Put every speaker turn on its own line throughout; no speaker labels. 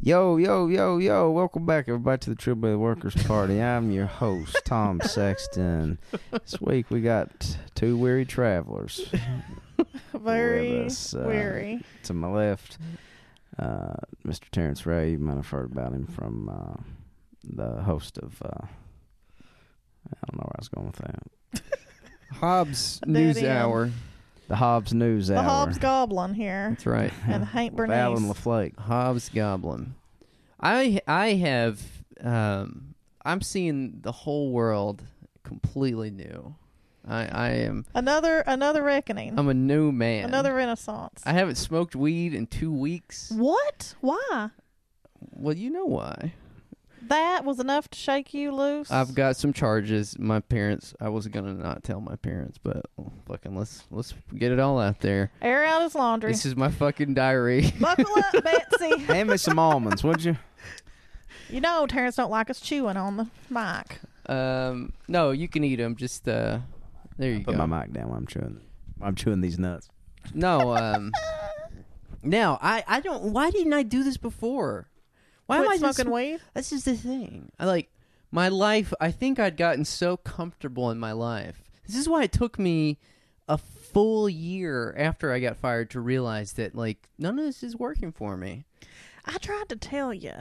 Yo, yo, yo, yo, welcome back everybody to the True Bay Workers Party. I'm your host, Tom Sexton. This week we got two weary travelers.
Very
us, uh,
weary.
To my left, uh, Mr. Terrence Ray, you might have heard about him from uh, the host of uh, I don't know where I was going with that.
Hobbs
There it
News
is.
Hour.
The Hobbs News
The
Hour.
Hobbs Goblin here
That's right.
and Hank
with
Bernice.
Alan LaFlake.
Hobbs Goblin. I I have um I'm seeing the whole world completely new. I I am
another another reckoning.
I'm a new Oh, man.
another renaissance.
I haven't smoked weed in 2 weeks.
what? Why?
Well, you know why.
That was enough to shake you loose.
I've got some charges. My parents. I was gonna not tell my parents, but fucking let's let's get it all out there.
air out his laundry.
This is my fucking diary.
Buckle up, Betsy.
Hand me some almonds, would you?
You know Terrence don't like us chewing on the mic.
Um, no, you can eat them. Just uh, there you
Put
go.
my mic down while I'm chewing. I'm chewing these nuts.
No, um, now I I don't. Why didn't I do this before? Why
Quit
am I just-
smoking weed?
This is the thing. I like my life. I think I'd gotten so comfortable in my life. This is why it took me a full year after I got fired to realize that like none of this is working for me.
I tried to tell you.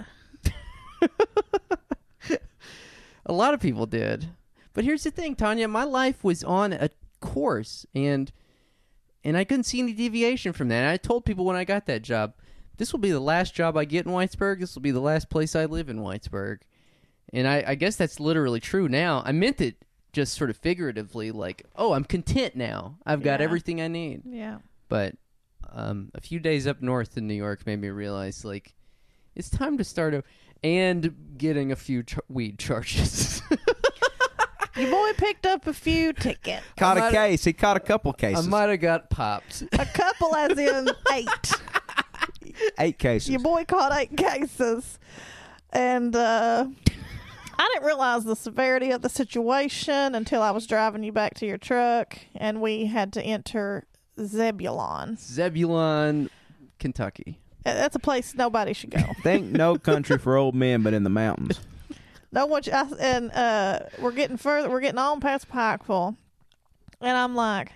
A lot of people did. But here's the thing, Tanya, my life was on a course and and I couldn't see any deviation from that. And I told people when I got that job, this will be the last job I get in Whitesburg. This will be the last place I live in Whitesburg. And I, I guess that's literally true now. I meant it just sort of figuratively, like, oh, I'm content now. I've got
Yeah.
everything I need.
Yeah.
But um, a few days up north in New York made me realize, like, it's time to start over. And getting a few ch- weed charges.
Your boy picked up a few tickets.
Caught a
might-
case. He caught a couple
I
cases.
might have got popped.
A couple as in eight.
Eight cases.
Your boy caught eight cases. And uh, I didn't realize the severity of the situation until I was driving you back to your truck and we had to enter Zebulon.
Zebulon, Kentucky.
Uh, That's a place nobody should go.
Think no country for old men, but in the mountains.
no one should, I, and uh, we're getting further, we're getting on past Pikeville. And I'm like,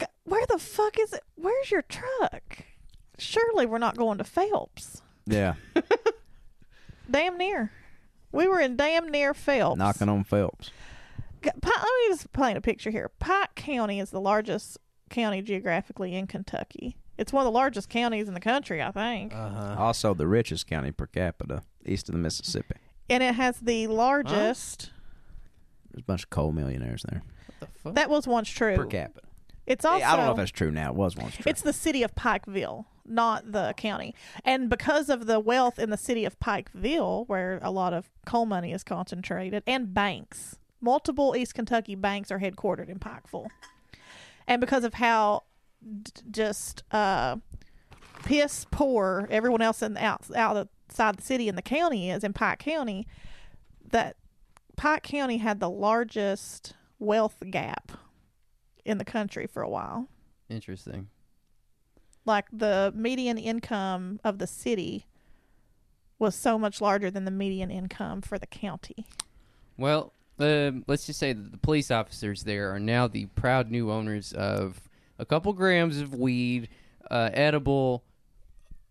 "G- where the fuck is it? Where's your truck? Surely we're not going to Phelps.
Yeah,
Damn near. We were in damn near Phelps.
knocking on Phelps.
G- Pi- Let me just paint a picture here. Pike County is the largest county geographically in Kentucky. It's one of the largest counties in the country, I think,
Uh,
Uh-huh.
Also, the richest county per capita, east of the Mississippi.
and it has the largest.
There's a bunch of coal millionaires there
What the fuck?
That was once true.
per capita.
It's also.
I don't know if that's true now. It was once true.
It's the city of Pikeville, not the county. And because of the wealth in the city of Pikeville, where a lot of coal money is concentrated, and banks, multiple East Kentucky banks are headquartered in Pikeville. And because of how d- just uh, piss poor everyone else in the outs outside the city and the county is in Pike County, that Pike County had the largest wealth gap in the country for a while
Interesting.
like the median income of the city was so much larger than the median income for the county.
Well, um, let's just say that the police officers there are now the proud new owners of a couple grams of weed, uh, edible,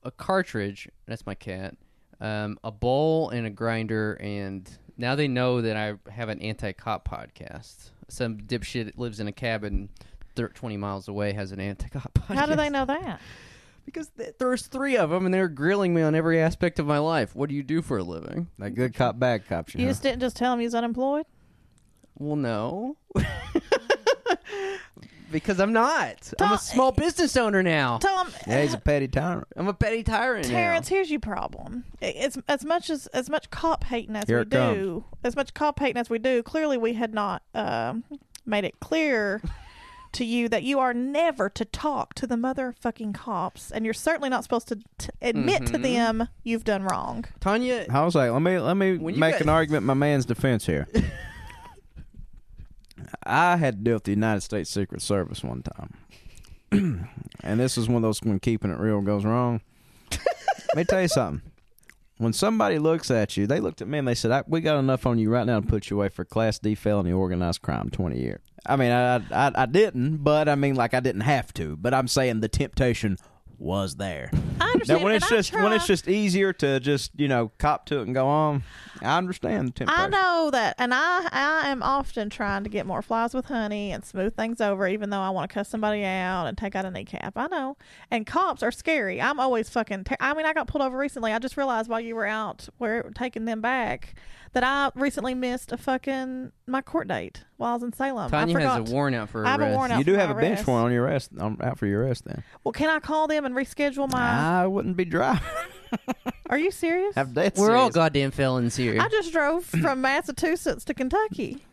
a cartridge. That's my cat. Um, a bowl and a grinder, and now they know that I have an anti-cop podcast. Some dipshit that lives in a cabin, thir- twenty miles away, has an anti-cop
Oh,
podcast.
How do they know that?
Because th- there's three of them, and they're grilling me on every aspect of my life. What do you do for a living?
that good cop, bad cop. You
You
know?
just didn't just tell him he was unemployed.
Well, no. because I'm not. I'm a
Don't-
small business owner now.
Tell him,
yeah, he's a petty tyrant.
I'm a petty tyrant
Terrence.
now.
Here's your problem. I- It's as much as as much cop hating as
Here
we
it comes.
do, as much cop hating as we do. Clearly, we had not um, made it clear. To you, that you are never to talk to the motherfucking cops, and you're certainly not supposed to t- admit to
Mm-hmm.
Mhm.
them you've done wrong.
Tanya,
I was like, let me let me
When
make
you got-
an argument in my man's defense here. I had to deal with the United States Secret Service one time, and this is one of those when keeping it real goes wrong. Let me tell you something. When somebody looks at you, they looked at me and they said, I, "We got enough on you right now to put you away for Class D felony organized crime, twenty years." I mean, I, I I didn't, but I mean, like I didn't have to. But I'm saying the temptation was there.
I
Now,
understand.
when
and
it's
I
just when it's
try-
just easier to just you know cop to it and go on, I understand the temptation.
I know that, and I I am often trying to get more flies with honey and smooth things over, even though I want to cuss somebody out and take out a kneecap. I know, and cops are scary. I'm always fucking. Ter- I mean, I got pulled over recently. I just realized while you were out, where taking them back, that I recently missed a fucking my court date while I was in Salem.
Tanya
I
has a
forgot.
warrant out for arrest.
I have a warrant out.
You do
for
have a
my
bench
arrest.
warrant on your arrest on, out for your arrest. Then
well, can I call them and reschedule my?
I wouldn't be driving.
are you serious?
have that.
We're all
serious-
goddamn felons here.
I just drove from Massachusetts to Kentucky.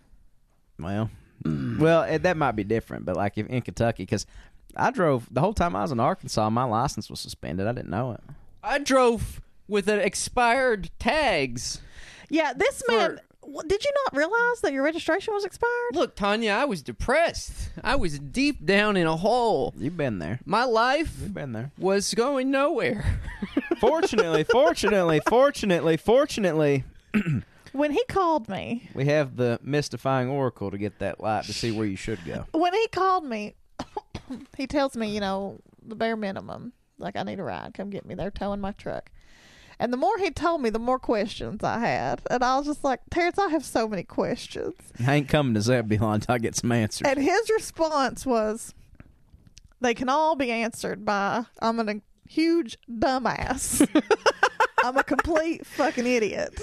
Well, well, eh, that might be different, but like if in Kentucky, because I drove the whole time I was in Arkansas, my license was suspended. I didn't know it.
I drove with an expired tags.
Yeah, this man. w- Did you not realize that your registration was expired?
Look, Tanya, I was depressed. I was deep down in a hole.
You've been there.
My life
You've been there.
was going nowhere.
Fortunately, fortunately, fortunately, fortunately,
When he called me,
we have the mystifying oracle to get that light to see where you should go.
when he called me, he tells me, you know, the bare minimum. Like, I need a ride. Come get me. They're towing my truck. And the more he told me, the more questions I had. And I was just like, Terrence, I have so many questions.
I ain't coming to Zebulon until I get some answers.
And his response was, they can all be answered by, I'm a huge dumbass. I'm a complete fucking idiot.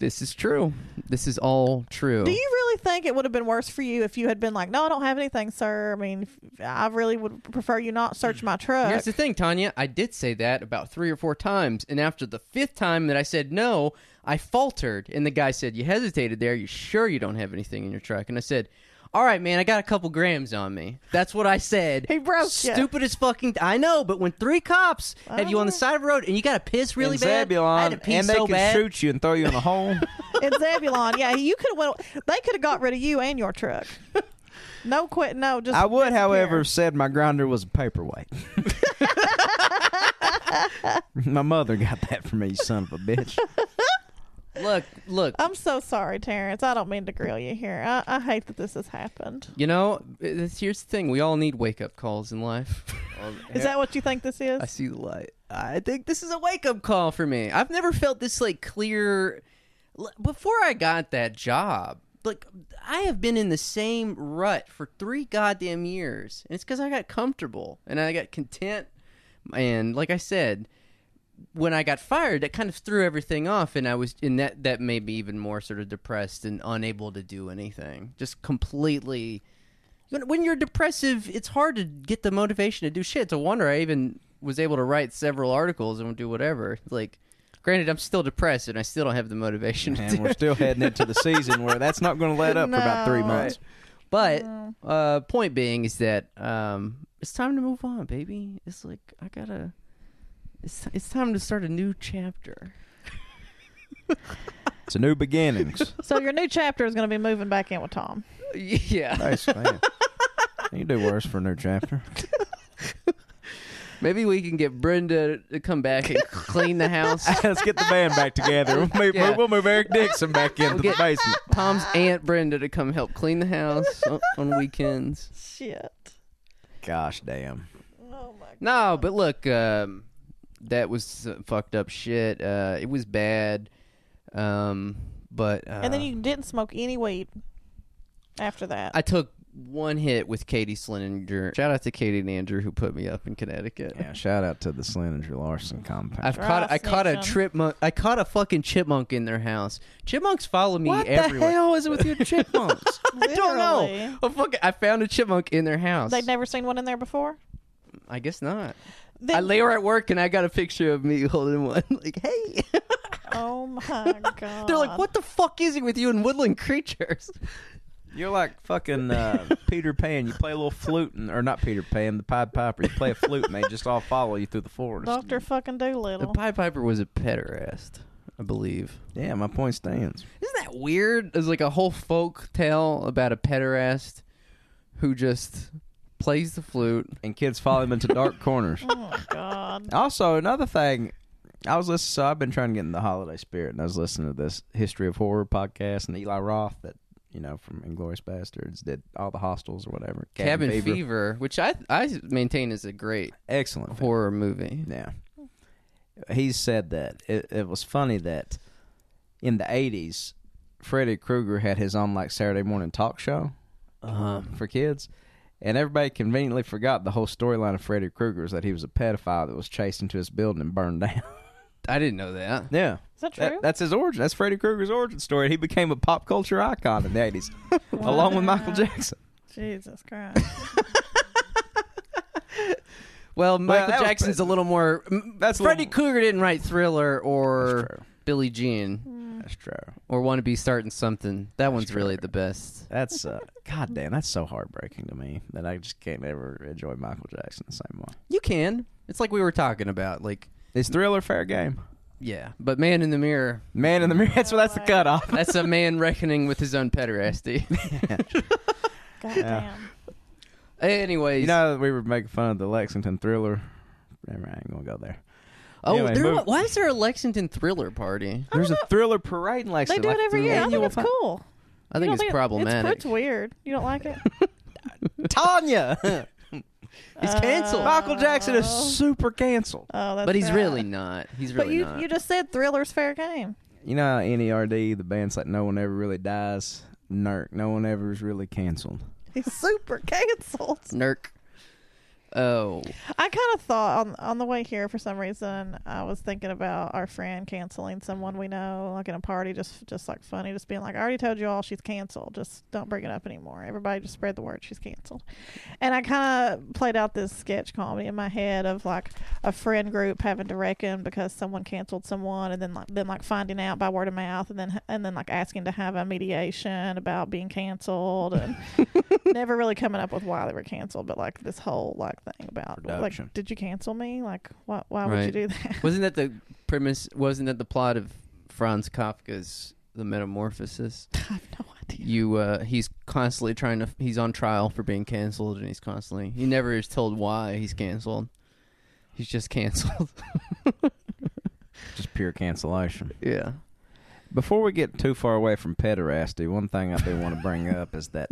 This is true. This is all true.
Do you really think it would have been worse for you if you had been like, "No, I don't have anything, sir. I mean, if- I really would prefer you not search my truck."
Here's the thing, Tanya. I did say that about three or four times, and after the fifth time that I said no, I faltered, and the guy said, "You hesitated there. You sure you don't have anything in your truck?" And I said, "All right, man. I got a couple grams on me. That's what I said."
He broke ya.
Stupid as fucking. I know, but when three cops have you on the
Oh.
side of the road and you got to piss really
in
bad, I had to
Zebulon,
pee
and they
so
can
bad.
shoot you and throw you in a hole.
In Zebulon, yeah, you could have went. They could have got rid of you and your truck. No, quit. No, just.
I would,
disappear.
however, have said my grinder was a paperweight. my mother got that for me, you son of a bitch.
Look, look.
I'm so sorry, Terrence. I don't mean to grill you here. I, I hate that this has happened.
you know, this- here's the thing. We all need wake up calls in life.
Is that what you think this is?
I see the light. I think this is a wake up call for me. I've never felt this like clear. L- Before I got that job, like I have been in the same rut for three goddamn years, and it's because I got comfortable and I got content. And like I said, when I got fired, that kind of threw everything off, and I was and that that made me even more sort of depressed and unable to do anything. Just completely. When when you're depressive, it's hard to get the motivation to do shit. It's a wonder I even was able to write several articles and do whatever. Like, granted, I'm still depressed and I still don't have the motivation. to
And
do
we're still heading into the season where that's not going to let up for about three
No.
months.
But uh, point being is that um, it's time to move on, baby. It's like I gotta. It's it's time to start a new chapter.
It's a new beginnings.
so your new chapter is going to be moving back in with Tom.
yeah,
Nice, man. You can do worse for a new chapter.
maybe we can get Brenda to come back and clean the house.
Let's get the band back together. We'll move,
Yeah.
we'll move Eric Dixon back into
get-
the basement.
Tom's aunt Brenda to come help clean the house on, on weekends.
Shit.
Gosh damn.
Oh my. God.
No, but look, um, that was some fucked up shit. Uh, it was bad. Um, but uh,
And then you didn't smoke any weed after that.
I took one hit with Katie Slinger. Shout out to Katie and Andrew who put me up in Connecticut.
Yeah, shout out to the Slinger Larson compound.
I've
They're all
caught I caught a
snitching.
chipmunk. I caught a fucking chipmunk in their house. Chipmunks follow me
what
everywhere.
the hell is it with your chipmunks?
I don't know.
Literally.
A fucking, I found a chipmunk in their house.
They'd never seen one in there before.
I guess not.
Then,
I lay her at work and I got a picture of me holding one. Like, hey,
Oh my god!
they're like, what the fuck is it with you and woodland creatures?
You're like fucking uh, Peter Pan. You play a little flute, and, or not Peter Pan, the Pied Piper. You play a flute, and they just all follow you through the forest.
Doctor fucking
The
Doolittle.
Pied Piper was a pederast, I believe.
Yeah, my point stands.
Isn't that weird? There's like a whole folk tale about a pederast who just plays the flute.
And kids follow him into dark corners.
oh my god!
Also, another thing, I was listening. So I've been trying to get in the holiday spirit, and I was listening to this history of horror podcast and Eli Roth that you know from Inglorious Bastards did all the hostels or whatever.
Cabin, Fever. which I I maintain is a great
excellent film.
horror movie.
Yeah, he said that it, it was funny that in the eighties, Freddy Krueger had his own like Saturday morning talk show for kids. And everybody conveniently forgot the whole storyline of Freddy Krueger is that he was a pedophile that was chased into his building and burned down.
I didn't know that.
yeah.
Is that true?
That, that's his origin. That's Freddy Krueger's origin story. He became a pop culture icon in the eighties, along with Michael Jackson.
Jesus Christ.
Well,
that
Michael
was
Jackson's a little more. m-
That's a
Freddy
little-
Krueger didn't write Thriller
That's
or
true.
Billie Jean
That's true.
or Want to Be Starting Something. That one's really
true.
the best.
That's uh, God damn. That's so heartbreaking to me that I just can't ever enjoy Michael Jackson the same way.
You can. It's like we were talking about. Like,
Is Thriller fair game?
yeah, but Man in the Mirror.
Man in the Mirror. That's that's the cutoff.
That's a man reckoning with his own pederasty.
God damn.
Anyways,
You know we were making fun of the Lexington Thriller. Never mind, I ain't gonna go there.
oh,
anyway,
there
move-
wa- why is there a Lexington Thriller party?
There's a Thriller parade in
They
Lexington.
do it
like
every
an
year. I think
annual
it's
thing.
cool.
I think
You don't
it's problematic.
It's, it's weird. You don't like it?
Tanya.
He's canceled.
Michael Jackson is super canceled.
Oh, that's
but he's
right.
really not. He's really
But you,
not.
you just said Thriller's fair game.
You know, how NERD, the band's like no one ever really dies. Nerk, no one ever is really canceled.
He's super canceled.
Nerk. Oh,
I kind of thought on on the way here for some reason I was thinking about our friend canceling someone we know, like in a party, just just like funny, just being like, I already told you all she's canceled. Just don't bring it up anymore. Everybody just spread the word she's canceled. And I kind of played out this sketch comedy in my head of like a friend group having to reckon because someone canceled someone, and then like then like finding out by word of mouth, and then and then like asking to have a mediation about being canceled and never really coming up with why they were canceled, but like this whole like thing about
Production.
like did you cancel me? Like why why would you
Right.
do that?
wasn't that the premise? Wasn't that the plot of Franz Kafka's The Metamorphosis?
I have no idea.
You, uh, he's constantly trying to. He's on trial for being canceled, and he's constantly. He never is told why he's canceled. He's just canceled.
Just pure cancellation.
yeah.
Before we get too far away from pederasty, one thing I do want to bring up is that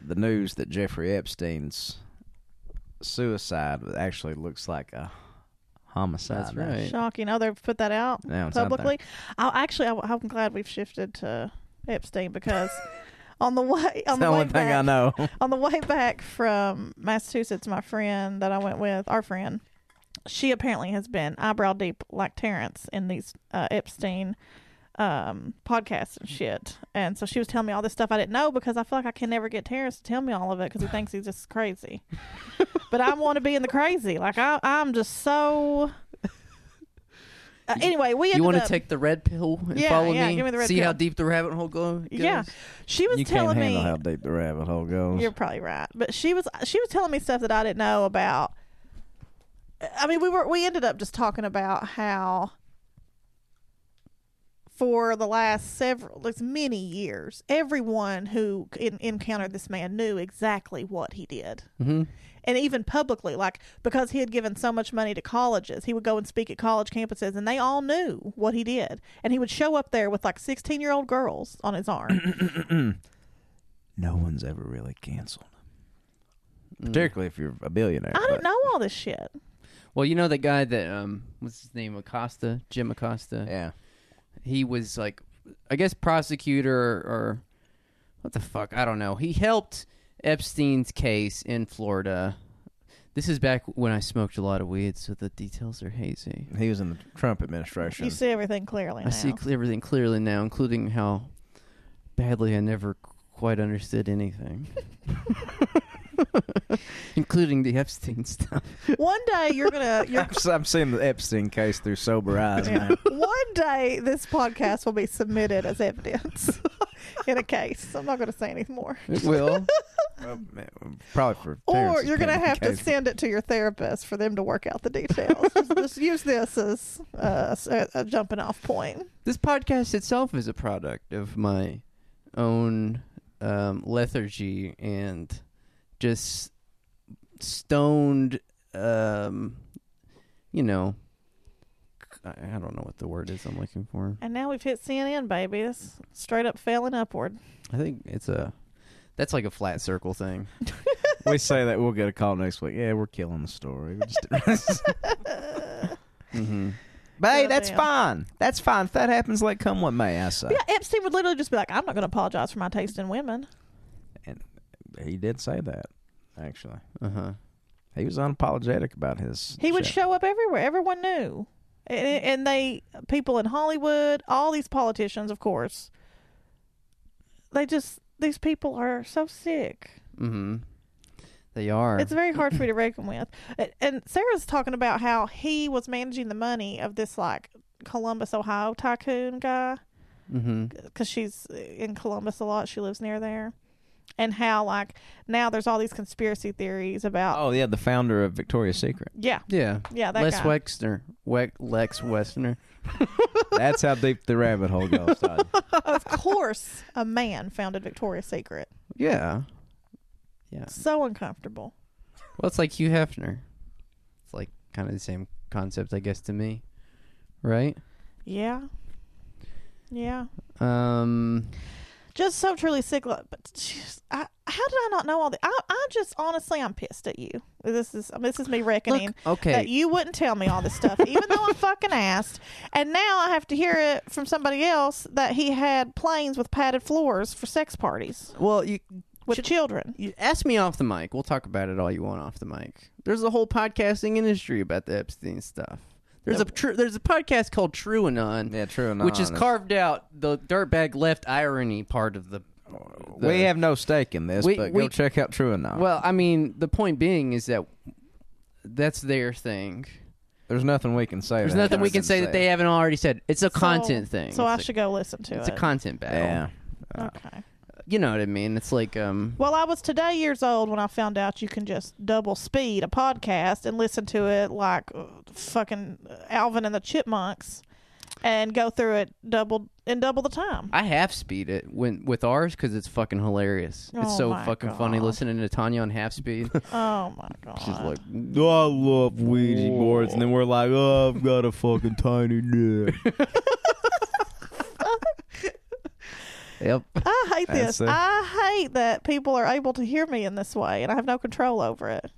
the news that Jeffrey Epstein's suicide actually looks like a homicide.
That's
now.
right.
Shocking. Oh, they put that out
Yeah, it's out there.
publicly. I actually I, I'm glad we've shifted to Epstein because on the way on
It's
the,
the
way
only thing
back,
I know.
on the way back from Massachusetts, my friend that I went with, our friend, she apparently has been eyebrow deep like Terrence in these uh, Epstein um, podcasts and shit. And so she was telling me all this stuff I didn't know because I feel like I can never get Terrence to tell me all of it because he thinks he's just crazy. but I want to be in the crazy. Like I, I'm just so. Uh, anyway, we
you
want
to take the red pill and
Yeah,
follow
yeah,
me?
give me the red
See how
pill.
deep the rabbit hole go- goes?
Yeah, she was
You can't
telling me
handle how deep the rabbit hole goes.
You're probably right. But she was she was telling me stuff that I didn't know about. I mean, we were we ended up just talking about how for the last several, like many years, everyone who en- encountered this man knew exactly what he did
hmm
and even publicly, like because he had given so much money to colleges, he would go and speak at college campuses, and they all knew what he did. And he would show up there with like sixteen-year-old girls on his arm.
No one's ever really canceled. Particularly if you're a billionaire.
Mm. I
but-
don't know all this shit.
Well, you know that guy that um, what's his name? Acosta, Jim Acosta.
Yeah.
He was like, I guess prosecutor or, or what the fuck? I don't know. He helped Epstein's case in Florida. This is back when I smoked a lot of weed, so the details are hazy.
He was in the Trump administration.
You see everything clearly.
I see
now.
cle- everything clearly now, including how badly I never quite understood anything, including the Epstein stuff.
One day you're gonna. You're,
I'm, I'm seeing the Epstein case through sober eyes now.
one day this podcast will be submitted as evidence in a case. I'm not gonna say anything more.
It will.
Probably for
Or
Terrence's
you're gonna
pending
have to
case.
send it to your therapist for them to work out the details. just, just use this as uh, a, a jumping off point.
this podcast itself is a product of my own um, lethargy and just stoned, um, you know, c- I I don't know what the word is I'm looking for.
And now we've hit CNN, baby. It's straight up failing upward.
I think it's a that's like a flat circle thing.
we say that we'll get a call next week. Yeah, we're killing the story. We're just-
Mm-hmm.
hmm
Babe, that's
Goddamn.
fine. That's fine. If that happens, like, come what may, I say.
Yeah, Epstein would literally just be like, I'm not going to apologize for my taste in women.
He did say that, actually.
Uh huh.
He was unapologetic about his.
He would
shit.
show up everywhere. Everyone knew. And, and they, people in Hollywood, all these politicians, of course, they just, these people are so sick.
Mm-hmm. They are.
It's very hard for me to reckon with. And- And Sarah's talking about how he was managing the money of this, like, Columbus, Ohio tycoon guy.
mm-hmm.
because she's in Columbus a lot. She lives near there, and how like now there's all these conspiracy theories about.
Oh yeah, the founder of Victoria's Secret.
Yeah,
Yeah.
yeah, that
Les
guy.
Wexner. Weck Lex Wexner.
That's how deep the rabbit hole goes. Todd.
of course, a man founded Victoria's Secret.
Yeah. Yeah.
So uncomfortable.
Well, it's like Hugh Hefner. It's like kind of the same concept, I guess, to me, right?
Yeah, yeah,
Um,
just so truly sick. Like, but jeez, I, how did I not know all the? I, I just honestly, I'm pissed at you. This is this is me reckoning.
okay.
That you wouldn't tell me all this stuff, even though I fucking asked. And now I have to hear it from somebody else that he had planes with padded floors for sex parties
well, you
with
Should-
children.
you ask me off the mic. We'll talk about it all you want off the mic. There's a whole podcasting industry about the Epstein stuff. There's a tr- there's a podcast called True Anon,
yeah, true enough.
which has carved out the dirtbag left irony part of the. the-
We have no stake in this,
We-
but
we-
go check out True Enough.
Well, I mean, the point being is that that's their thing.
There's nothing we can say.
There's
that
nothing
hasn't
we can
been
say that
said.
they haven't already said. It's a
So-
content thing.
So I
It's a-
should go listen to
It's
it.
a content battle.
Yeah.
okay.
You know what I mean? It's like um
Well, I was today years old when I found out you can just double speed a podcast and listen to it like uh, fucking Alvin and the Chipmunks, and go through it double in double the time.
I half speed it when with ours because it's fucking hilarious. it's
Oh
so
my
fucking funny
God.
listening to Tanya on half speed.
Oh my god!
She's like,
I love Ouija boards, and then we're like, oh, I've got a fucking tiny dick.
yep.
I hate
That's
this.
it.
I hate that people are able to hear me in this way, and I have no control over it.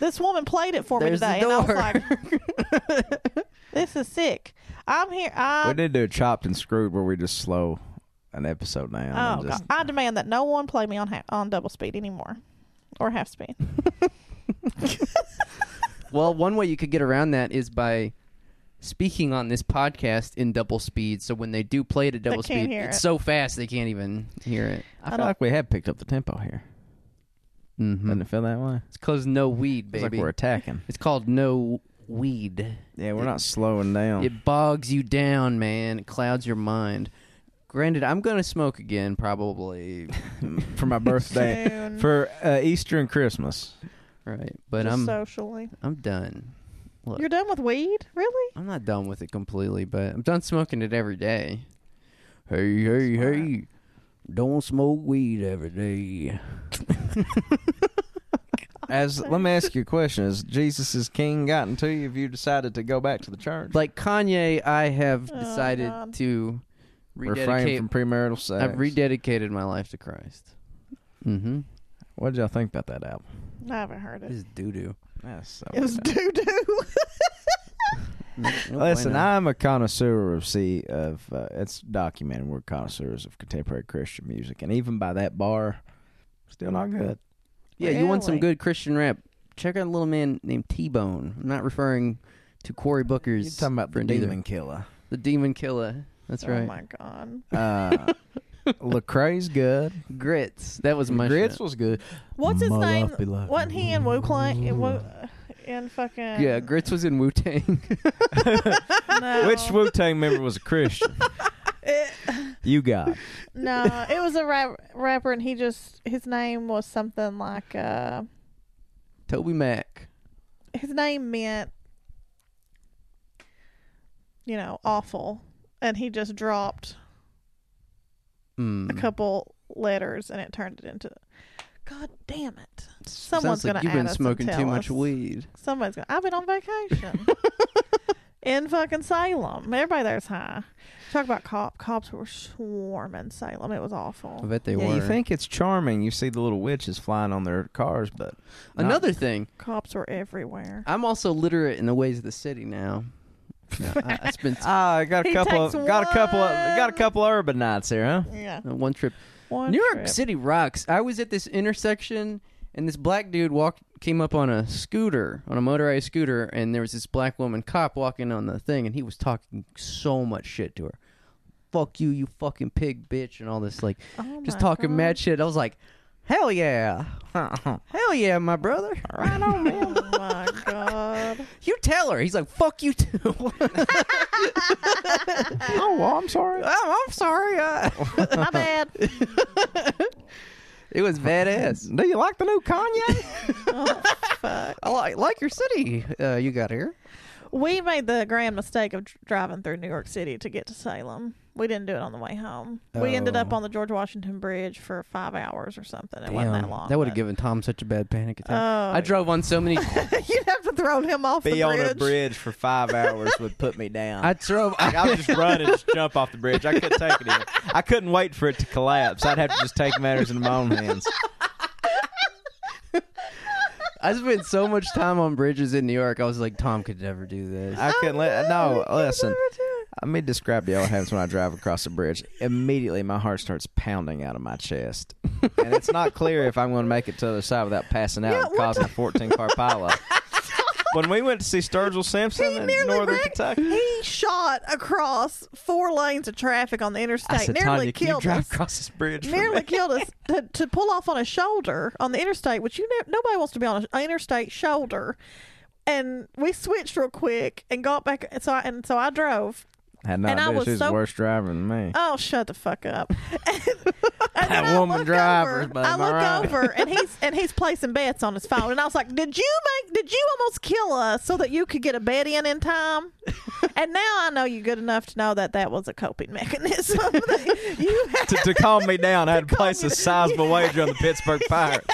this woman played it for
There's the
me today, and I was
door.
like, "This is sick." I'm here.
we
I
did do a chopped and screwed where we just slow an episode down.
oh
and
god,
just,
I demand that no one play me on ha- on double speed anymore, or half speed.
Well, one way you could get around that is by speaking on this podcast in double speed. So when they do play it at double
can't
speed,
hear
it's
it.
so fast they can't even hear it.
I, Hmm.
I
feel
don't-
like we have picked up the tempo here.
Mm-hmm.
Doesn't it feel that way?
It's cause no weed,
It's like
baby.
we're attacking.
it's called no weed.
Yeah, we're not slowing down.
It bogs you down, man. It clouds your mind. Granted, I'm gonna smoke again probably,
for my birthday,
Soon,
for uh, Easter and Christmas.
right? But
just
I'm
socially.
I'm done. Look.
You're done with weed, really?
I'm not done with it completely, but I'm done smoking it every day. Hey, hey,
Smart.
hey. Don't smoke weed every day.
Oh,
As let me ask you a question: Has Jesus is King gotten to you if you decided to go back to the church?
Like Kanye, I have
Oh,
decided
God.
to
Refrain
rededicate.
from premarital sex.
I've rededicated my life to Christ. Mm-hmm.
what did y'all think about that album?
I haven't heard it.
It's doo doo.
That's so
It was
bad.
doo doo. Oh,
Listen, I'm a connoisseur of see of uh, it's documented. We're connoisseurs of contemporary Christian music, and even by that bar, still not good.
yeah, you want some
Really?
good Christian rap? Check out a little man named T Bone. I'm not referring to Cory Booker's.
You're talking about the
friend either.
Demon Killer.
The Demon Killer. That's
Oh
right.
my god!
Uh, Lecrae's good.
Grits. That was my
Grits
shit.
was good.
What's his
My
name?
life be like-
Wasn't he in Wu Clan? In, Wu, in fucking
Yeah, Grits was in Wu Tang.
No.
Which Wu Tang member was a Christian?
It-
you got.
no, it was a rap, rapper, and he just his name was something like uh,
Toby Mac.
his name meant you know awful, and he just dropped
Mm.
a couple letters, and it turned it into. God damn it!
S-
someone's
Sounds like
gonna
you've
add
been
us and
smoking
tell
too much
us.
weed.
Somebody's gonna. I've been on vacation. in fucking Salem. Everybody there's high. Talk about cop. Cops were swarming Salem. It was
I
awful.
bet they
yeah,
were.
you think it's charming. You see the little witches flying on their cars, but not-
Another thing,
Cops were everywhere.
I'm also literate in the ways of the city now. Yeah, I, I spent uh,
Ah, I got a
He
couple. Of,
takes
got a couple. Of,
one.
got a couple of urban nights here, huh?
Yeah.
one trip.
One
New York
trip.
City rocks. I was at this intersection, and this black dude walked, came up on a scooter, on a motorized scooter, and there was this black woman cop walking on the thing, and he was talking so much shit to her. Fuck you, you fucking pig bitch, and all this like,
Oh
just
my
talking
God.
mad shit. I was like, hell yeah, hell yeah, my brother.
Right on, man. oh my god.
You tell her. He's like, fuck you too.
oh, well, I'm sorry.
I'm, I'm sorry. Uh,
My bad.
it was badass.
Do you like the new Kanye?
I like, like your city. Uh, you got here.
We made the grand mistake of dr- driving through New York City to get to Salem. We didn't do it on the way home. We ended up
Oh.
on the George Washington Bridge for five hours or something. It wasn't that long.
would have
but-
given Tom such a bad panic attack.
Oh.
I drove on so many.
You'd have to throw him off the
Be
bridge.
on a bridge for five hours would put me down.
I drove.
Like, I would just run and just jump off the bridge. I couldn't take it. Either. I couldn't wait for it to collapse. I'd have to just take matters into my own hands.
I spent so much time on bridges in New York. I was like, Tom could never do this.
I couldn't
Oh,
let. No, listen. Let me describe to y'all what happens when I drive across the bridge. Immediately, my heart starts pounding out of my chest, and it's not clear if I'm going to make it to the other side without passing out
Yeah,
and
what
causing a 14 car pileup. when we went to see Sturgill Simpson
He
in
nearly
Northern
wrecked-
Kentucky,
He shot across four lanes of traffic on the interstate.
I said,
nearly
"Tanya, can you
killed
drive
us.
across this bridge?" for me?"
Nearly killed us to, to pull off on a shoulder on the interstate, which you ne- nobody wants to be on a- an interstate shoulder. And we switched real quick and got back. And so I, and so I drove.
Had no
And I
idea
was
she was
so-
the worst driver than me.
Oh, shut the fuck up! And- and
That
then I
woman
look
driver's
over-
been
I look
alright.
over and he's and he's placing bets on his phone, and I was like, "Did you make? Did you almost kill us so that you could get a bet in in time?" and now I know you good enough to know that that was a coping mechanism. That you had-
to, to calm me down, I had to
calm
place
you
a sizable wager on the Pittsburgh Pirates.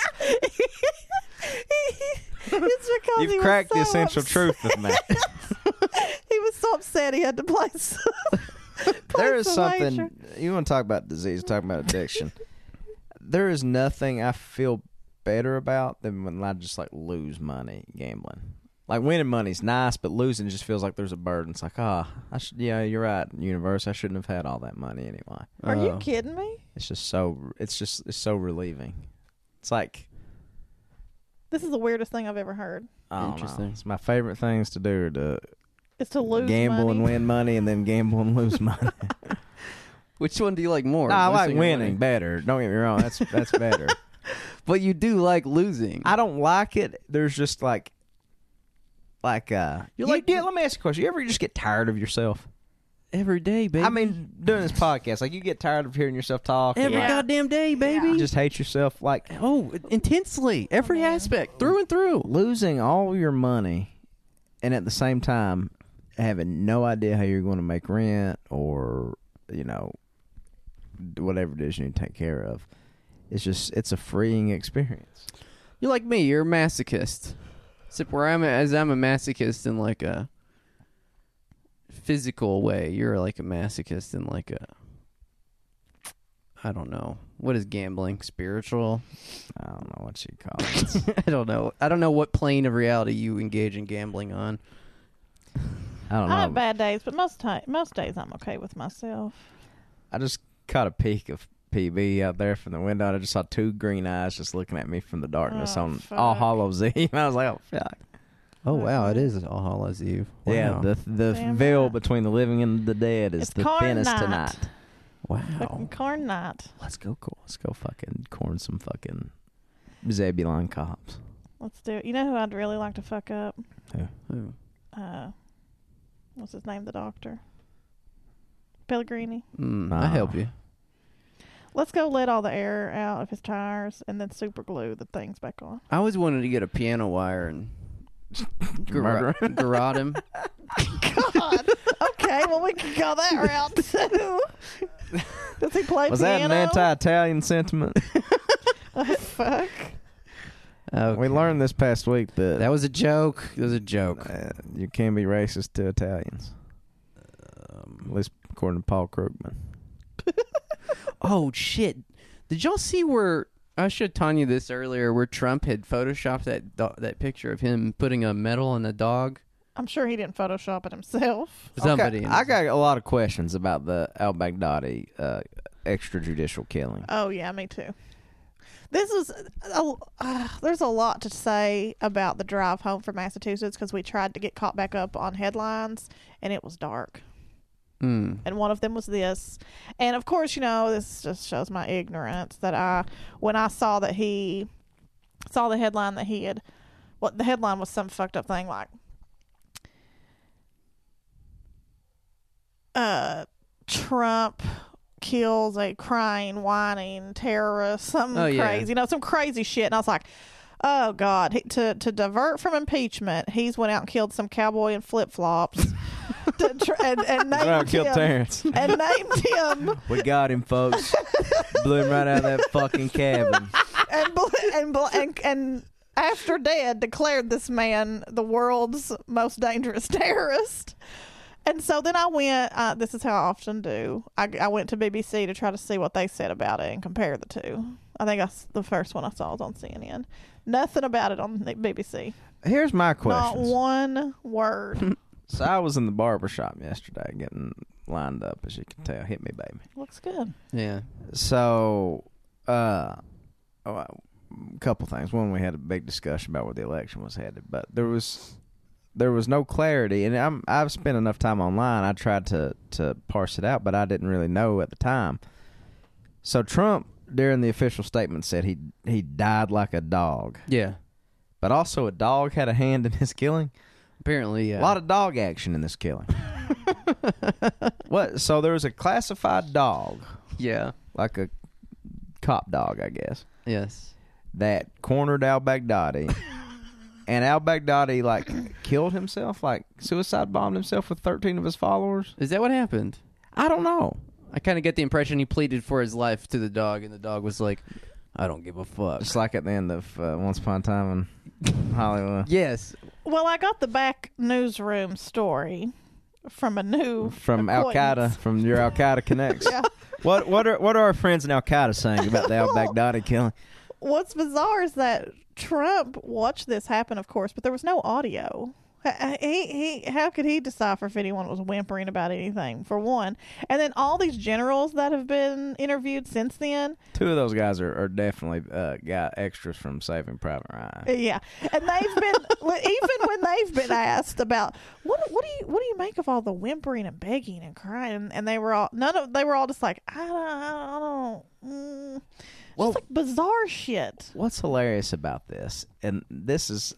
it's because he
You've
was
cracked the
so
essential
upset.
truth with me.
He was so upset he had to place.
there is
Place a
something
wager.
you want to talk about disease, talk about addiction. there is nothing I feel better about than when I just like lose money gambling. Like winning money's nice, but losing just feels like there's a burden. It's like, ah, I should. Yeah, you're right, universe. I shouldn't have had all that money anyway.
Are you
Oh.
kidding me?
It's just so. It's just. It's so relieving. It's like.
This is the weirdest thing I've ever heard.
I don't know.
Interesting.
It's my favorite things to do are to
It's to lose
gamble
money.
and win money, and then gamble and lose money.
Which one do you like more?
No, I like
losing or
winning better. Don't get me wrong. That's that's better.
but you do like losing.
I don't like it. There's just like, like uh,
You're
you
like-
like. let me ask you a question. You ever just get tired of yourself?
every day, baby.
I mean, doing this podcast, like you get tired of hearing yourself talk. and,
every
like,
goddamn day, baby.
you just hate yourself. Like
oh, intensely, every aspect, through and through.
losing all your money, and at the same time having no idea how you're going to make rent or you know whatever it is you need to take care of. It's just it's a freeing experience.
You're like me. You're a masochist. Except where I'm at, as I'm a masochist in like a physical way. You're like a masochist in like a I don't know what is gambling spiritual.
I don't know what you call it.
I don't know. I don't know what plane of reality you engage in gambling on.
I don't know.
I have bad days, but most time, most days I'm okay with myself.
I just caught a peek of PB out there from the window, and I just saw two green eyes just looking at me from the darkness
Oh,
on
fuck.
All Hallows Eve. I was like, oh fuck.
Oh wow, it is All Hallows Eve.
Yeah, the the
Damn
veil
right.
between the living and the dead is
It's
the
corn
thinnest
night.
tonight. Oh.
Fucking
wow.
corn night.
Let's go, cool. Let's go, fucking corn some fucking Zebulon cops.
Let's do it. You know who I'd really like to fuck up?
Ooh.
Uh, what's his name? The doctor. Pellegrini.
Mm,
Ah.
I help you.
Let's go let all the air out of his tires and then super glue the things back on.
I always wanted to get a piano wire and
Murder
garrot him.
God. okay, well we can go that route too. Does he play
Was that
piano?
an anti-Italian sentiment?
Oh, fuck.
Okay.
We learned this past week that,
that was a joke. It was a joke.
uh, you can be racist to Italians. At least according to Paul Krugman.
Oh shit! Did y'all see where I showed Tanya this earlier? Where Trump had photoshopped that do- that picture of him putting a medal on a dog.
I'm sure he didn't Photoshop it himself.
Somebody.
Okay, I got a lot of questions about the Al Baghdadi uh, extrajudicial killing.
Oh yeah, me too. This was uh, uh, there's a lot to say about the drive home from Massachusetts because we tried to get caught back up on headlines and it was dark.
Mm.
and one of them was this. And of course, you know, this just shows my ignorance that I, when I saw that he saw the headline that he had, what the headline was some fucked up thing like, uh, Trump kills a crying, whining terrorist, some
Oh,
crazy,
yeah.
you know, some crazy shit. And I was like, Oh God! He, to to divert from impeachment, he's went out and killed some cowboy in flip flops, and, and named
Well, killed
him-
Terrence.
and named him
We got him, folks. Blew him right out of that fucking cabin.
and bl- and bl- and, and after dead declared this man the world's most dangerous terrorist. And so then I went. Uh, this is how I often do. I, I went to BBC to try to see what they said about it and compare the two. I think I s the first one I saw was on CNN. Nothing about it on the BBC.
Here's my
Not
question.
one word.
So I was in the barber shop yesterday getting lined up, as you can tell. Hit me, baby.
Looks good.
Yeah.
So, uh, oh, a couple things. One, we had a big discussion about where the election was headed, but there was there was no clarity, and I'm I've spent enough time online. I tried to to parse it out, but I didn't really know at the time. So Trump, during the official statement, said he he died like a dog,
Yeah.
but also a dog had a hand in his killing.
Apparently, yeah.
A lot of dog action in this killing. what? So there was a classified dog,
yeah.
like a cop dog, I guess,
Yes.
that cornered Al Baghdadi. and Al Baghdadi, like, killed himself, like, suicide bombed himself with 13 of his followers.
Is that what happened?
I don't know.
I kind of get the impression he pleaded for his life to the dog, and the dog was like, "I don't give a fuck."
It's like at the end of uh, Once Upon a Time in Hollywood.
Yes.
Well, I got the back newsroom story from a new
From Al Qaeda,
acquaintance.
from your Al Qaeda connects.
Yeah.
What what are what are our friends in Al Qaeda saying about the Al Baghdadi killing?
what's bizarre is that Trump watched this happen, of course, but there was no audio. Uh, He, he, how could he decipher if anyone was whimpering about anything, for one? And then all these generals that have been interviewed since then,
Two of those guys are, are definitely uh, got extras from Saving Private Ryan.
yeah, and they've been even when they've been asked about what what do you what do you make of all the whimpering and begging and crying, and, they were all none of they were all just like I don't I don't. Mm.
Well-
just like bizarre shit.
What's hilarious about this, and this is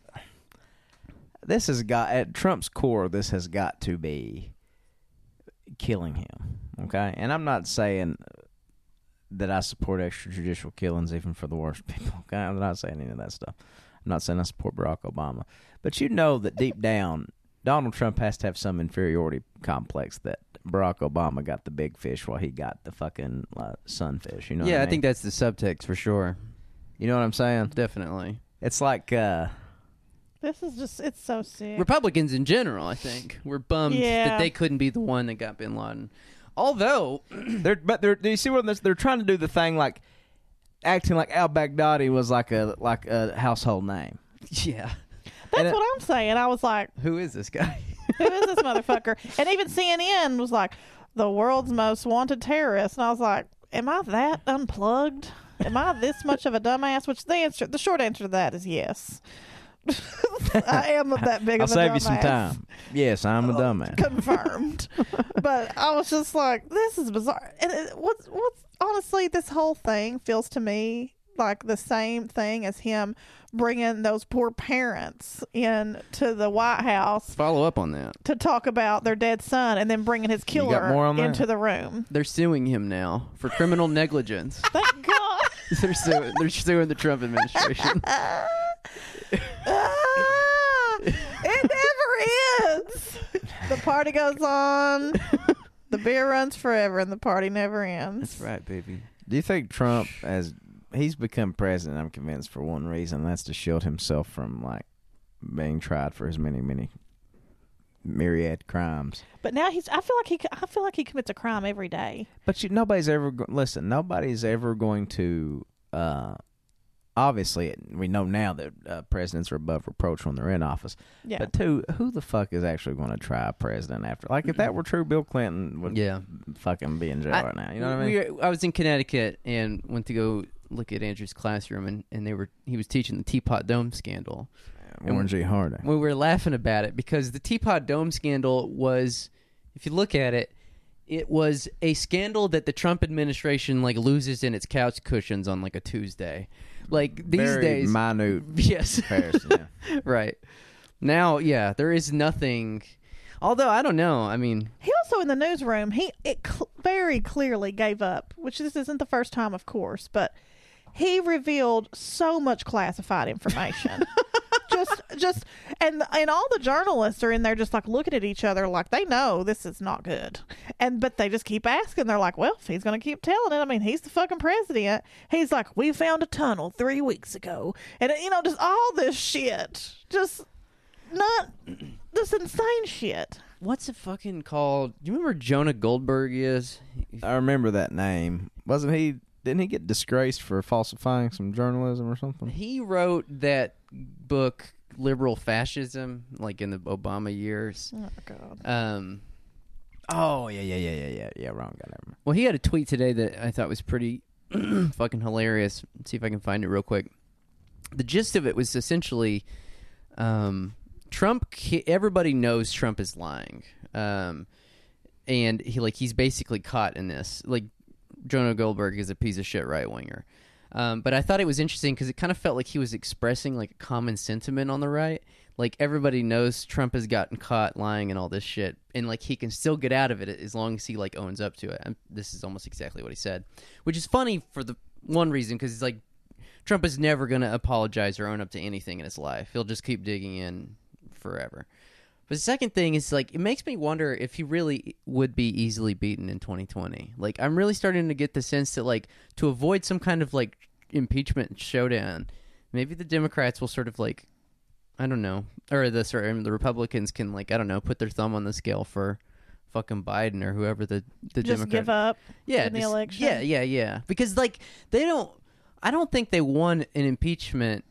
this has got at Trump's core, this has got to be killing him. Okay, and I'm not saying that I support extrajudicial killings, even for the worst people. Okay, I'm not saying any of that stuff. I'm not saying I support Barack Obama, but you know that deep down, Donald Trump has to have some inferiority complex that Barack Obama got the big fish while he got the fucking uh, sunfish. You know?
yeah,
what
I
mean?
think that's the subtext for sure.
You know what I'm saying?
Definitely.
It's like uh
This is just it's so sick.
Republicans in general, I think, were bummed that
Yeah.
they couldn't be the one that got Bin Laden. Although,
they're but they're do you see what this they're trying to do the thing like acting like Al Baghdadi was like a like a household name.
yeah,
And
That's
it-
what I'm saying. I was like,
who is this guy?
who is this motherfucker? And even CNN was like, the world's most wanted terrorist. And I was like, am I that unplugged? Am I this much of a dumbass? Which the answer, the short answer to that is yes. I am that big
I'll
of a
save
dumbass. Oh,
you some time. Yes, I'm a dumbass.
Confirmed. but I was just like, this is bizarre. And it, what's what's honestly, this whole thing feels to me like the same thing as him bringing those poor parents in to the White House
Follow up on that.
to talk about their dead son and then bringing his killer
more on that?
into the room.
They're suing him now for criminal negligence.
Thank God.
They're suing, they're suing the Trump administration.
Ah, it never ends. The party goes on. The beer runs forever and the party never ends.
right, baby.
Do you think Trump as he's become president. I'm convinced for one reason. That's to shield himself from like being tried for his many, many myriad crimes.
But now he's. I feel like he. c- I feel like he commits a crime every day.
But you, nobody's ever go- listen. Nobody's ever going to. Uh, obviously, we know now that uh, presidents are above reproach when they're in office.
Yeah.
But two, who the fuck is actually going to try a president after? Like, if that were true, Bill Clinton would
Yeah.
fucking be in jail
I-
right now. You know what I mean?
We were- I was in Connecticut and went to go look at Andrew's classroom, and, and they were he was teaching the Teapot Dome scandal.
Warren G. Harding.
We were laughing about it because the Teapot Dome scandal was, if you look at it, it was a scandal that the Trump administration like loses in its couch cushions on like a Tuesday, like these
Very
days.
minute
yes,
comparison. yeah.
right. Now, yeah, there is nothing. Although I don't know. I mean,
He also in the newsroom, he it cl- very clearly gave up, which this isn't the first time, of course, but he revealed so much classified information. just, just, and and all the journalists are in there just like looking at each other, like they know this is not good, and but they just keep asking. They're like, well, if he's going to keep telling it, I mean, he's the fucking president. He's like, we found a tunnel three weeks ago, and you know, just all this shit, just not this insane shit.
what's it fucking called? Do you remember who Jonah Goldberg is?
I remember that name. Wasn't he? Didn't he get disgraced for falsifying some journalism or something?
He wrote that book, Liberal Fascism, like in the Obama years.
Oh God.
Um,
Oh yeah, yeah, yeah, yeah, yeah, yeah. Wrong guy. Never mind.
well, he had a tweet today that I thought was pretty fucking hilarious. Let's see if I can find it real quick. The gist of it was essentially um, Trump. ca- Everybody knows Trump is lying, um, and he like he's basically caught in this. Like Jonah Goldberg is a piece of shit right winger. Um, but I thought it was interesting because it kind of felt like he was expressing like a common sentiment on the right. Like everybody knows Trump has gotten caught lying and all this shit, and like he can still get out of it as long as he like owns up to it. And this is almost exactly what he said, which is funny for the one reason because it's like Trump is never going to apologize or own up to anything in his life. He'll just keep digging in forever. But the second thing is like it makes me wonder if he really would be easily beaten in 2020. Like I'm really starting to get the sense that like to avoid some kind of like impeachment showdown, maybe the Democrats will sort of like I don't know, or the sorry, the Republicans can like I don't know put their thumb on the scale for fucking Biden or whoever the the
just
Democrat
give up.
yeah,
in the
just-
election.
Yeah, yeah, yeah. Because like they don't, I don't think they won an impeachment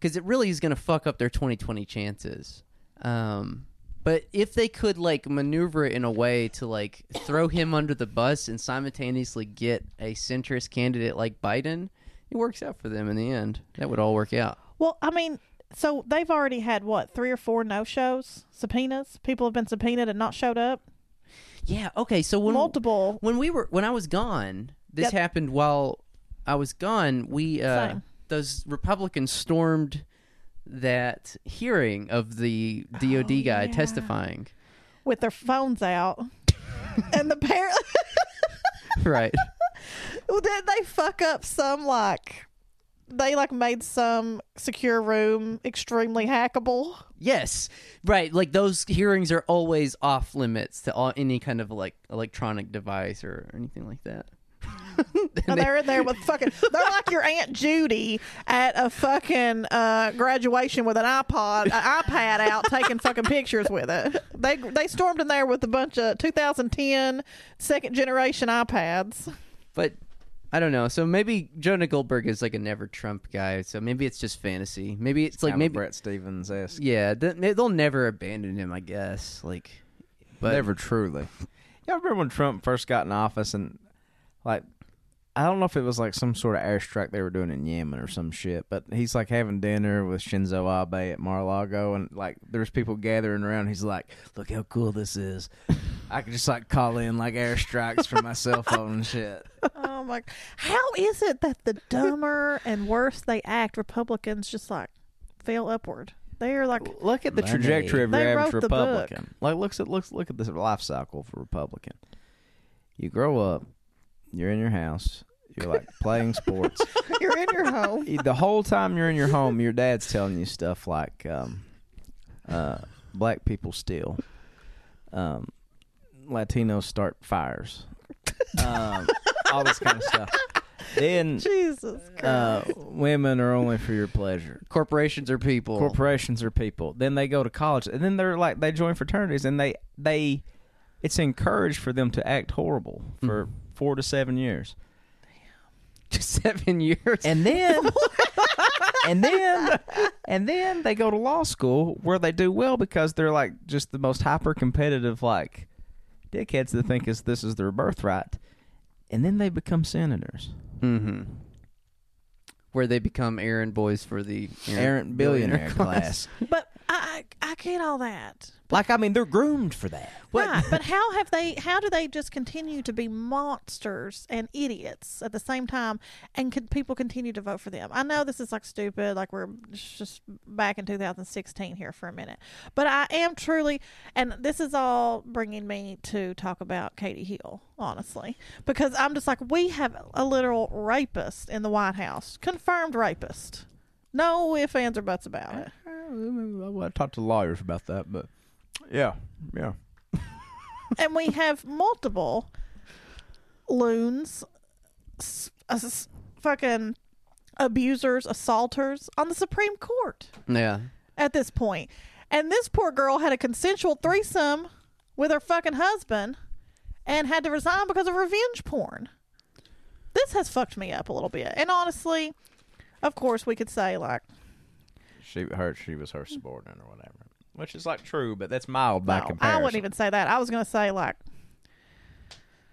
because it really is going to fuck up their 2020 chances. Um, but if they could like maneuver it in a way to like throw him under the bus and simultaneously get a centrist candidate like Biden, it works out for them in the end. That would all work out.
Well, I mean, so they've already had what three or four no shows, subpoenas. People have been subpoenaed and not showed up.
Yeah. Okay. So when
Multiple.
when we were when I was gone, this
Yep.
happened while I was gone. We uh,
Same.
those Republicans stormed that hearing of the DOD
Oh,
guy
yeah.
testifying.
with their phones out, and the parent
right.
did they fuck up some like they like made some secure room extremely hackable.
Yes. Right. Like those hearings are always off limits to all, any kind of like electronic device or anything like that.
And
they-
they're in there with fucking. They're like your aunt Judy at a fucking uh, graduation with an iPod, an iPad out, taking fucking pictures with it. They they stormed in there with a bunch of 2010 second generation iPads.
But I don't know. So maybe Jonah Goldberg is like a never Trump guy. So maybe it's just fantasy. Maybe it's like
Kinda
maybe
Brett Stevens esque.
Yeah, th- they- they'll never abandon him, I guess. Like, but
Never truly. Y'all remember when Trump first got in office and like I don't know if it was like some sort of airstrike they were doing in Yemen or some shit, but he's like having dinner with Shinzo Abe at Mar-a-Lago and like there's people gathering around. He's like, "Look how cool this is." I could just like call in like airstrikes from my cell phone and shit.
Oh my! How is it that the dumber and worse they act, Republicans just like fail upward? They're like
Look at the
Money.
trajectory of your
They
average
wrote the book.
Republican. Like looks at looks look at this life cycle of a Republican. You grow up, you're in your house, you're like playing sports.
you're in your home.
the whole time you're in your home, your dad's telling you stuff like, um, uh, "Black people steal, um, Latinos start fires, um, all this kind of stuff."
Then
Jesus Christ.
uh, women are only for your pleasure.
Corporations are people.
Corporations are people. Then they go to college, and then they're like they join fraternities, and they they it's encouraged for them to act horrible
Mm-hmm.
for four to seven years,
Seven years.
and then and then and then they go to law school where they do well because they're like just the most hyper competitive like dickheads that think is this is their birthright, and then they become senators.
mm-hmm. Where they become errand boys for the
errant billionaire class.
but I, I I get all that.
like I mean, they're groomed for that.
right. But how have they? How do they just continue to be monsters and idiots at the same time? And could people continue to vote for them? I know this is like stupid. Like we're just back in 2016 here for a minute. But I am truly, and this is all bringing me to talk about Katie Hill, honestly, because I'm just like we have a literal rapist in the White House, confirmed rapist. No ifs, ands, or buts about it.
I talked to lawyers about that, but yeah, yeah.
and we have multiple loons, s- ass- fucking abusers, assaulters on the Supreme Court
Yeah.
at this point. And this poor girl had a consensual threesome with her fucking husband and had to resign because of revenge porn. This has fucked me up a little bit. And honestly, of course, we could say, like,
She her she was her subordinate or whatever, which is like true, but that's mild by
No,
comparison.
I wouldn't even say that. I was going to say like,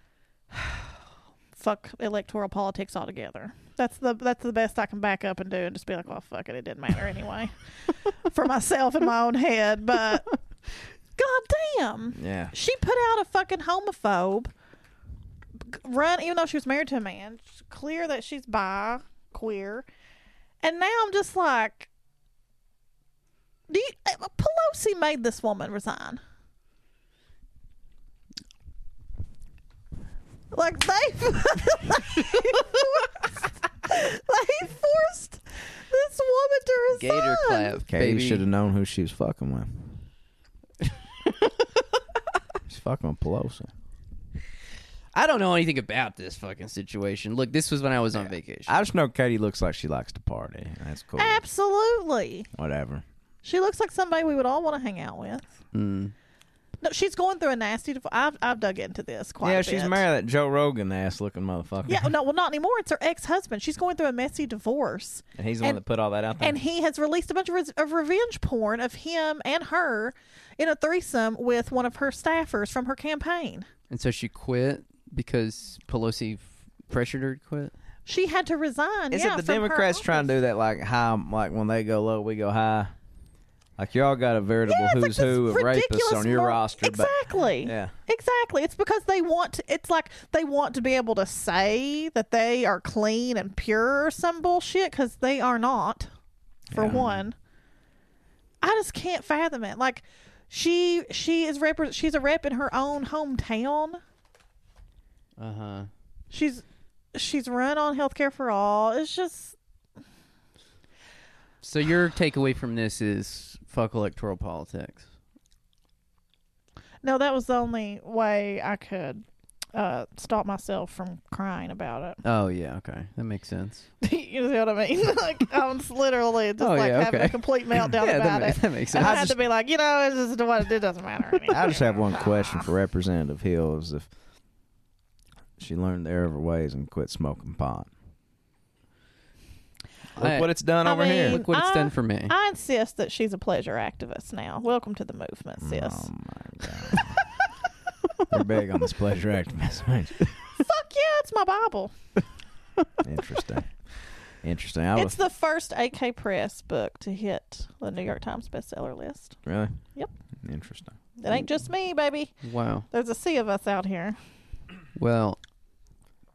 fuck electoral politics altogether. That's the that's the best I can back up and do, and just be like, well, fuck it, it didn't matter anyway, for myself in my own head. But goddamn,
Yeah.
she put out a fucking homophobe g- run, even though she was married to a man. It's clear that she's bi, queer, and now I'm just like. Do you, uh, Pelosi made this woman resign. Like they, they forced this woman to resign.
Gator clap.
Katie
baby.
should have known who she was fucking with. She's fucking with Pelosi.
I don't know anything about this fucking situation. Look, this was when I was on vacation.
I just know Katie looks like she likes to party. That's cool.
Eh. Absolutely.
Whatever.
She looks like somebody we would all want to hang out with.
Mm.
No, she's going through a nasty. Div- I've I've dug into this quite.
yeah,
a
she's
bit.
married to that Joe Rogan ass looking motherfucker.
Yeah, no, well, not anymore. It's her ex husband. She's going through a messy divorce,
And he's the one
And-
that put all that out there.
and he has released a bunch of, res- of revenge porn of him and her in a threesome with one of her staffers from her campaign.
And so she quit because Pelosi f- pressured her to quit.
She had to resign.
is
yeah,
it the
from her
Democrats trying to do that like high like when they go low, we go high? Like y'all got a veritable
Yeah, it's like
who's
this
who of rapists
ridiculous
on your
mor-
roster,
Exactly.
but yeah.
Exactly. It's because they want to, it's like they want to be able to say that they are clean and pure or some bullshit because they are not, for one. I just can't fathom it. Like, she she is rep- she's a rep in her own hometown.
Uh huh.
She's she's run on healthcare for all. It's just
So your takeaway from this is fuck electoral politics.
no, that was the only way I could uh, stop myself from crying about it.
Oh yeah, okay, that makes sense.
you know what I mean? Like I'm just literally just
Oh,
like
yeah,
having
okay.
a complete meltdown
yeah,
about
that, ma-
it.
that makes
And I,
sense.
had to be like, you know, it's just what it doesn't matter. Anymore.
I just have one question for Representative Hill: is if she learned their other ways and quit smoking pot. Look
I-
what it's done
I
over here.
mean-
Look what it's
I-
done for me.
I insist that she's a pleasure activist now. Welcome to the movement, sis.
Oh my god. They're big on this pleasure activism.
Fuck yeah, it's my Bible.
Interesting. Interesting. I
It's
was
the first AK Press book to hit the New York Times bestseller list.
really.
Yep.
Interesting.
It ain't just me, baby.
wow.
There's a sea of us out here.
Well,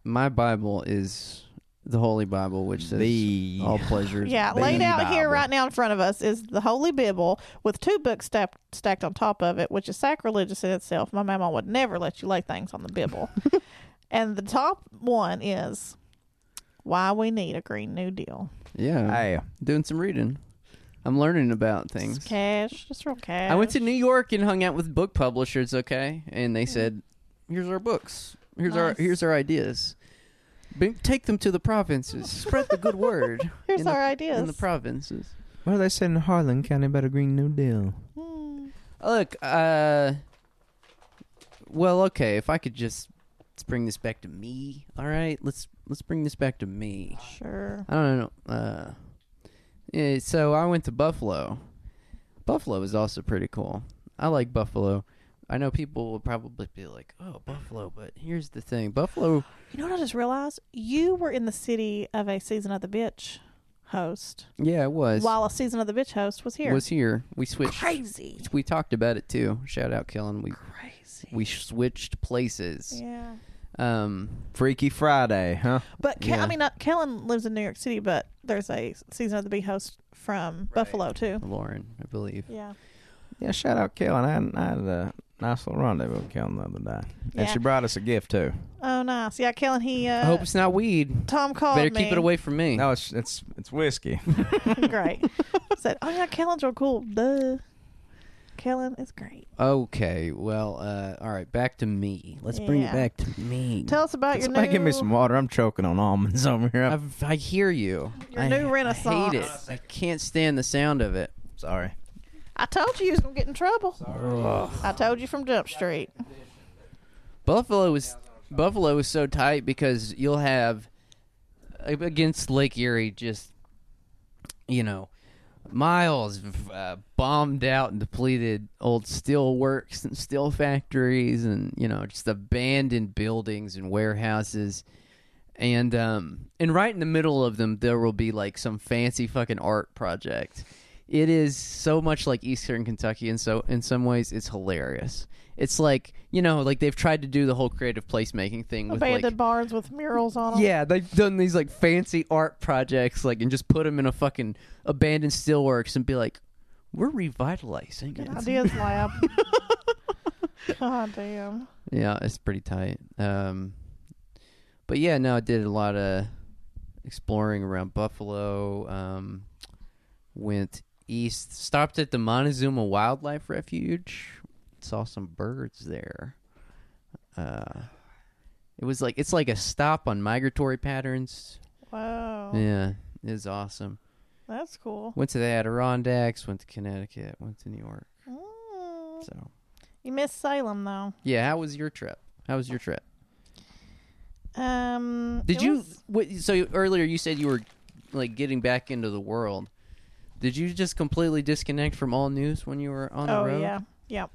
my Bible is the Holy Bible, which says
The
all pleasures.
Yeah,
the
laid out here
Bible.
right now in front of us is the Holy Bible with two books stacked stacked on top of it, which is sacrilegious in itself. My mama would never let you lay things on the Bible. and the top one is why we need a Green New Deal.
yeah.
Hey,
doing some reading. I'm learning about things.
Just cash, just real cash.
I went to New York and hung out with book publishers, okay? And they said, "Here's our books. Here's our
Nice.
here's our ideas." Bring- Take them to the provinces. Spread the good word.
Here's
in the,
our
in
ideas.
the provinces.
What are they saying in Harlan County about a Green New Deal?
Hmm.
Look, uh, well, okay. If I could just let's bring this back to me. All right, let's let's bring this back to me.
Sure.
I don't know. Uh, yeah, so I went to Buffalo. Buffalo is also pretty cool. I like Buffalo. I know people will probably be like, "Oh, Buffalo," but here's the thing: Buffalo.
You know what I just realized? You were in the city of a season of the bitch host
Yeah, it was
while a season of the bitch host was here.
was here. We switched.
crazy.
We talked about it too. Shout out, Kellen. We
Crazy.
we switched places.
yeah.
Um,
Freaky Friday, huh?
But Ke-
Yeah.
I mean, not, Kellen lives in New York City, but there's a season of the bee host from Buffalo too.
Lauren, I believe.
Yeah.
Yeah, shout out Kellen. I had, I had a nice little rendezvous with Kellen the other day.
Yeah.
And she brought us a gift, too.
Oh, nice. Yeah, Kellen. He.
I
Uh,
hope it's not weed.
Tom called
Better
me.
keep it away from me.
No, it's it's it's whiskey.
great. Said, "Oh yeah, Kellen's real cool." Duh. Kellen is great.
Okay, well, uh, all right, back to me. Let's bring it
Yeah.
back to me.
Tell us about your
Somebody
new
give me some water. I'm choking on almonds over here. I'm
I've, I hear you.
Your
I,
new
I
renaissance.
hate it. I can't stand the sound of it.
sorry.
I told you you was gonna get in trouble. I told you from Jump Street.
Buffalo is Buffalo is so tight because you'll have against Lake Erie just you know miles of uh, bombed out and depleted old steel works and steel factories and you know just abandoned buildings and warehouses and um and right in the middle of them there will be like some fancy fucking art project it is so much like eastern kentucky and so in some ways it's hilarious it's like you know like they've tried to do the whole creative placemaking thing with
Abandoned
like
barns with murals on them.
yeah, they've done these like fancy art projects, like and just put them in a fucking abandoned steelworks and be like, "We're revitalizing
Good
it."
ideas lab. God damn.
Yeah, it's pretty tight. Um, but yeah, no, I did a lot of exploring around Buffalo. Um, went east, stopped at the Montezuma Wildlife Refuge, saw some birds there. Uh, it was like it's like a stop on migratory patterns.
Wow.
Yeah, it was awesome.
That's cool.
Went to the Adirondacks, went to Connecticut, went to New York.
Mm.
So
You missed Salem though.
yeah, how was your trip? How was your trip?
Um.
Did
it
you?
was-
What, so earlier you said you were like getting back into the world. Did you just completely disconnect from all news when you were on
oh
the road?
yeah. Yeah.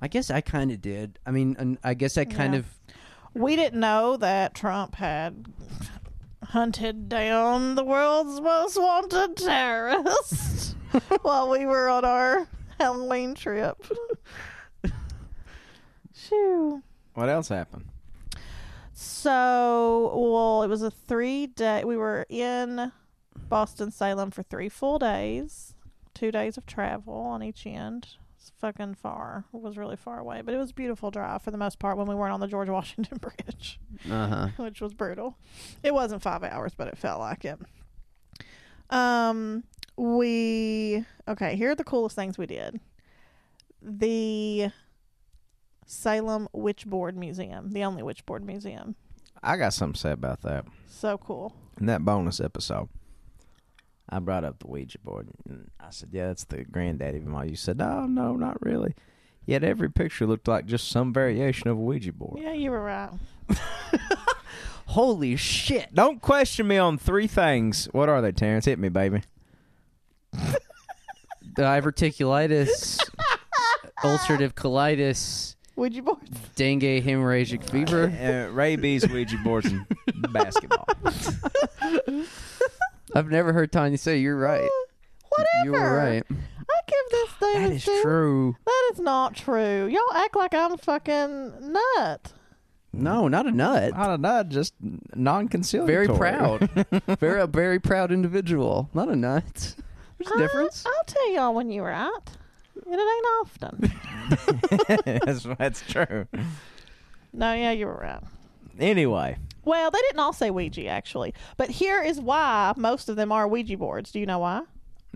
I guess I kind of did. I mean, and I guess I kind
Yeah.
of
We didn't know that Trump had hunted down the world's most wanted terrorist while we were on our Halloween trip. Shoo.
What else happened?
So, well, it was a three day. We were in Boston Salem for three full days, two days of travel on each end. It's fucking far. It was really far away, but it was a beautiful drive for the most part when we weren't on the George Washington Bridge
uh huh.
which was brutal. It wasn't five hours, but it felt like it. Um, we okay. Here are the coolest things we did: the Salem Witch Board Museum, the only witch board museum.
I got something to say about that.
So cool.
In that bonus episode, I brought up the Ouija board. And I said, yeah, that's the granddaddy of them all. You said, no, no, not really. Yet every picture looked like just some variation of a Ouija board.
Yeah, you were right.
Holy shit!
Don't question me on three things. What are they, Terrence? Hit me, baby.
Diverticulitis, ulcerative colitis,
Ouija board.
dengue, hemorrhagic fever.
Uh, rabies, Ouija boards, and basketball.
I've never heard Tanya say you're right.
Whatever.
You were right.
I give this thing.
That
a
is
two.
true.
That is not true. Y'all act like I'm fucking nut.
No, not a nut.
I don't know, just non-conciliatory.
Very proud. very a very proud individual. Not a nut. There's a difference.
I, will tell y'all when you were out. And it ain't often.
that's, that's true.
no, yeah, you were right.
Anyway,
Well, they didn't all say Ouija, actually. But here is why most of them are Ouija boards. Do you know why?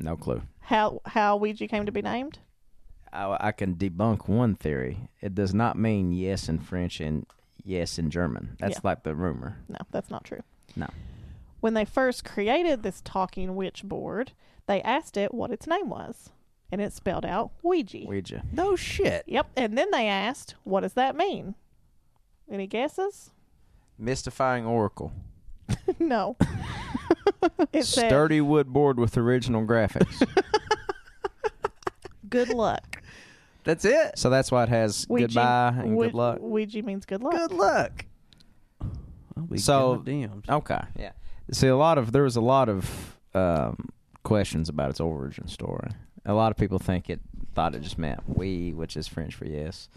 no clue.
How how Ouija came to be named?
I, I can debunk one theory. It does not mean yes in French and yes in German. That's
Yeah.
like the rumor.
No, that's not true.
No.
When they first created this talking witch board, they asked it what its name was, and it spelled out Ouija.
Ouija.
No shit.
Yep, and then they asked, "What does that mean?" Any guesses?
Mystifying Oracle.
no. it said,
Sturdy wood board with original graphics.
"Good luck."
That's it. So that's why it has
Ouija,
goodbye and
Ouija-
good luck.
Ouija means good luck.
luck.
I'll be
So- uh,
goddamned.
Okay. Yeah. See, a lot of there was a lot of um, questions about its origin story. A lot of people think it thought it just meant "we," which is French for yes,